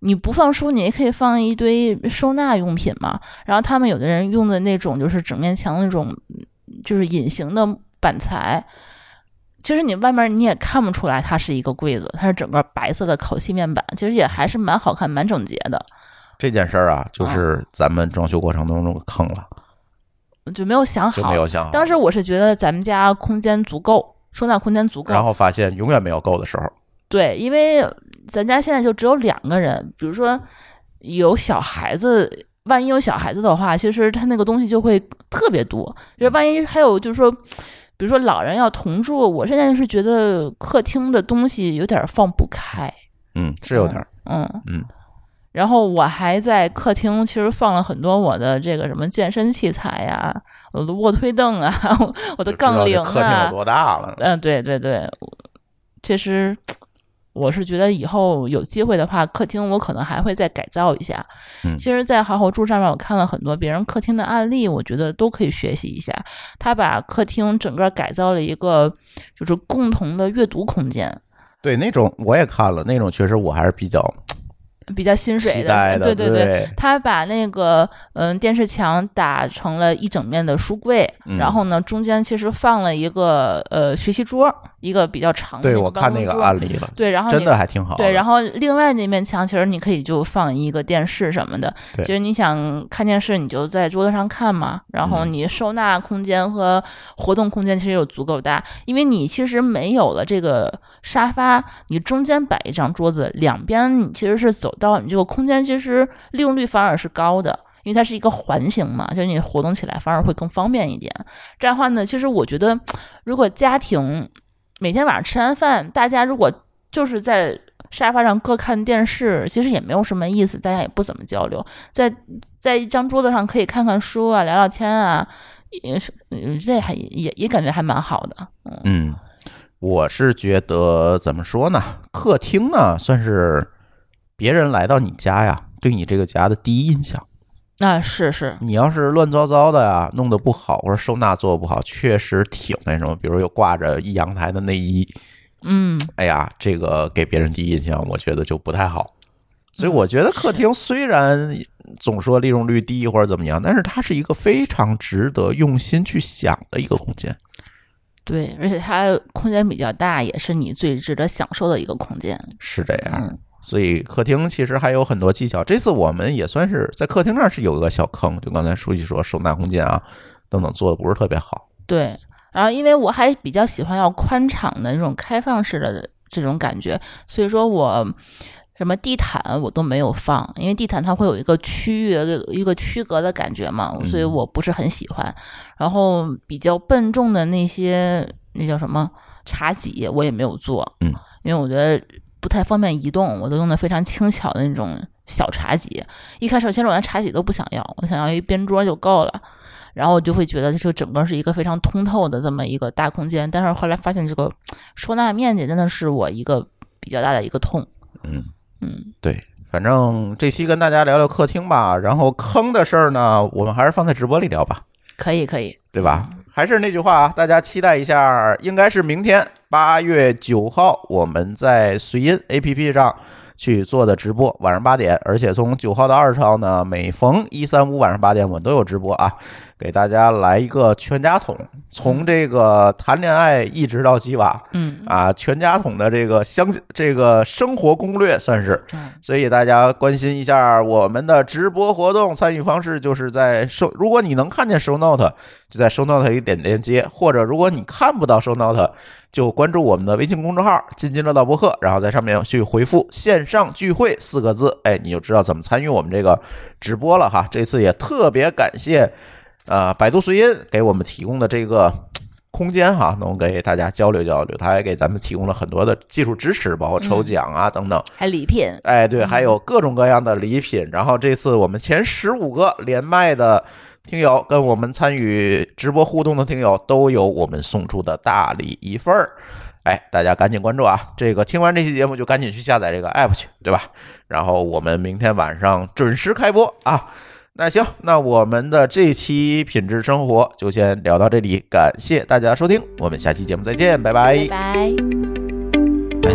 [SPEAKER 2] 你不放书，你也可以放一堆收纳用品嘛。然后他们有的人用的那种就是整面墙那种，嗯就是隐形的板材，其实你外面你也看不出来它是一个柜子，它是整个白色的烤漆面板，其实也还是蛮好看、蛮整洁的，
[SPEAKER 1] 这件事儿啊，就是咱们装修过程当中坑了，
[SPEAKER 2] 就没有想
[SPEAKER 1] 就
[SPEAKER 2] 好。
[SPEAKER 1] 没有想好。
[SPEAKER 2] 当时我是觉得咱们家空间足够，收纳空间足够，
[SPEAKER 1] 然后发现永远没有够的时候，
[SPEAKER 2] 对，因为咱家现在就只有两个人，比如说有小孩子，万一有小孩子的话，其实他那个东西就会特别多。就是万一还有就是说，比如说老人要同住，我现在是觉得客厅的东西有点放不开，
[SPEAKER 1] 嗯，是有点儿，
[SPEAKER 2] 嗯
[SPEAKER 1] 嗯。
[SPEAKER 2] 然后我还在客厅，其实放了很多我的这个什么健身器材呀、我的卧推凳啊， 我的
[SPEAKER 1] 就知道
[SPEAKER 2] 杠铃
[SPEAKER 1] 这客厅
[SPEAKER 2] 啊
[SPEAKER 1] 有，多大了。
[SPEAKER 2] 嗯，对对对，我其实我是觉得以后有机会的话，客厅我可能还会再改造一下。
[SPEAKER 1] 嗯
[SPEAKER 2] 其实，在好好住上面，我看了很多别人客厅的案例，我觉得都可以学习一下。他把客厅整个改造了一个就是共同的阅读空间，
[SPEAKER 1] 对，那种我也看了，那种确实我还是比较
[SPEAKER 2] 比较薪水
[SPEAKER 1] 期待
[SPEAKER 2] 对
[SPEAKER 1] 对
[SPEAKER 2] 对对。他把那个嗯电视墙打成了一整面的书柜，
[SPEAKER 1] 嗯
[SPEAKER 2] 然后呢中间其实放了一个呃学习桌，一个比较长的
[SPEAKER 1] 对
[SPEAKER 2] 个
[SPEAKER 1] 我
[SPEAKER 2] 办
[SPEAKER 1] 看
[SPEAKER 2] 公
[SPEAKER 1] 那个
[SPEAKER 2] 桌
[SPEAKER 1] 案例了，
[SPEAKER 2] 对，然后
[SPEAKER 1] 真
[SPEAKER 2] 你
[SPEAKER 1] 的还挺好的。
[SPEAKER 2] 对，然
[SPEAKER 1] 后
[SPEAKER 2] 后另外那面墙其实你可以就放一个电视什么的，
[SPEAKER 1] 对
[SPEAKER 2] 就是你想看电视你就在桌子上看嘛，然后
[SPEAKER 1] 嗯
[SPEAKER 2] 你收纳空间和活动空间其实有足够大，因为你其实没有了这个沙发，你中间摆一张桌子，两边你其实是走道，你这个空间其实利用率反而是高的。因为它是一个环形嘛，就是你活动起来反而会更方便一点。这样的话呢，其实我觉得，如果家庭每天晚上吃完饭，大家如果就是在沙发上各看电视，其实也没有什么意思，大家也不怎么交流。在在一张桌子上可以看看书啊，聊聊天啊，也是嗯这还也也感觉还蛮好的。
[SPEAKER 1] 嗯，我是觉得怎么说呢？客厅呢，算是别人来到你家呀，对你这个家的第一印象。
[SPEAKER 2] 那、啊是是，
[SPEAKER 1] 你要是乱糟糟的呀，弄得不好，或者收纳做得不好，确实挺那什么。比如又挂着一阳台的内衣，
[SPEAKER 2] 嗯，
[SPEAKER 1] 哎呀，这个给别人第一印象，我觉得就不太好。所以我觉得客厅虽然总说利用率低或者怎么样，但是它是一个非常值得用心去想的一个空间。
[SPEAKER 2] 对，而且它空间比较大，也是你最值得享受的一个空间。
[SPEAKER 1] 是这样
[SPEAKER 2] 嗯。
[SPEAKER 1] 所以客厅其实还有很多技巧。这次我们也算是在客厅那儿是有个小坑，就刚才书记说收纳空间啊等等做的不是特别好。
[SPEAKER 2] 对，然后因为我还比较喜欢要宽敞的那种开放式的这种感觉，所以说我什么地毯我都没有放，因为地毯它会有一个区域一个区隔的感觉嘛，所以
[SPEAKER 1] 嗯
[SPEAKER 2] 我不是很喜欢。然后比较笨重的那些那叫什么茶几我也没有做，
[SPEAKER 1] 嗯，
[SPEAKER 2] 因为我觉得不太方便移动，我都用的非常轻巧的那种小茶几。一开始其实我连茶几都不想要，我想要一边桌就够了。然后我就会觉得这整个是一个非常通透的这么一个大空间，但是后来发现这个收纳面积真的是我一个比较大的一个痛。
[SPEAKER 1] 嗯，
[SPEAKER 2] 嗯，
[SPEAKER 1] 对，反正这期跟大家聊聊客厅吧。然后坑的事儿呢，我们还是放在直播里聊吧，
[SPEAKER 2] 可以可以，
[SPEAKER 1] 对吧？还是那句话啊，大家期待一下，应该是明天八月九号，我们在随音 APP 上。去做的直播，晚上八点，而且从九号到二十号呢，每逢一、三、五晚上八点我们都有直播啊。给大家来一个全家桶，从这个谈恋爱一直到鸡娃
[SPEAKER 2] 嗯，
[SPEAKER 1] 啊，全家桶的这个相这个生活攻略算是。
[SPEAKER 2] 嗯
[SPEAKER 1] 所以大家关心一下我们的直播活动参与方式，就是在收，如果你能看见 show note，就在 show note 里点链接，或者如果你看不到 show note，就关注我们的微信公众号“津津乐道播客”，然后在上面去回复“线上聚会”四个字，哎，你就知道怎么参与我们这个直播了哈。这次也特别感谢，呃，百度随音给我们提供的这个。空间哈，能给大家交流交流，他还给咱们提供了很多的技术支持，包括抽奖啊等等。
[SPEAKER 2] 还礼品，
[SPEAKER 1] 哎，对，还有各种各样的礼品。然后这次我们前十五个连麦的听友跟我们参与直播互动的听友都有我们送出的大礼一份儿。哎，大家赶紧关注啊！这个听完这期节目就赶紧去下载这个 app 去，对吧？然后我们明天晚上准时开播啊！那行，那我们的这期品质生活就先聊到这里，感谢大家的收听，我们下期节目再见，
[SPEAKER 2] 拜拜。
[SPEAKER 1] 感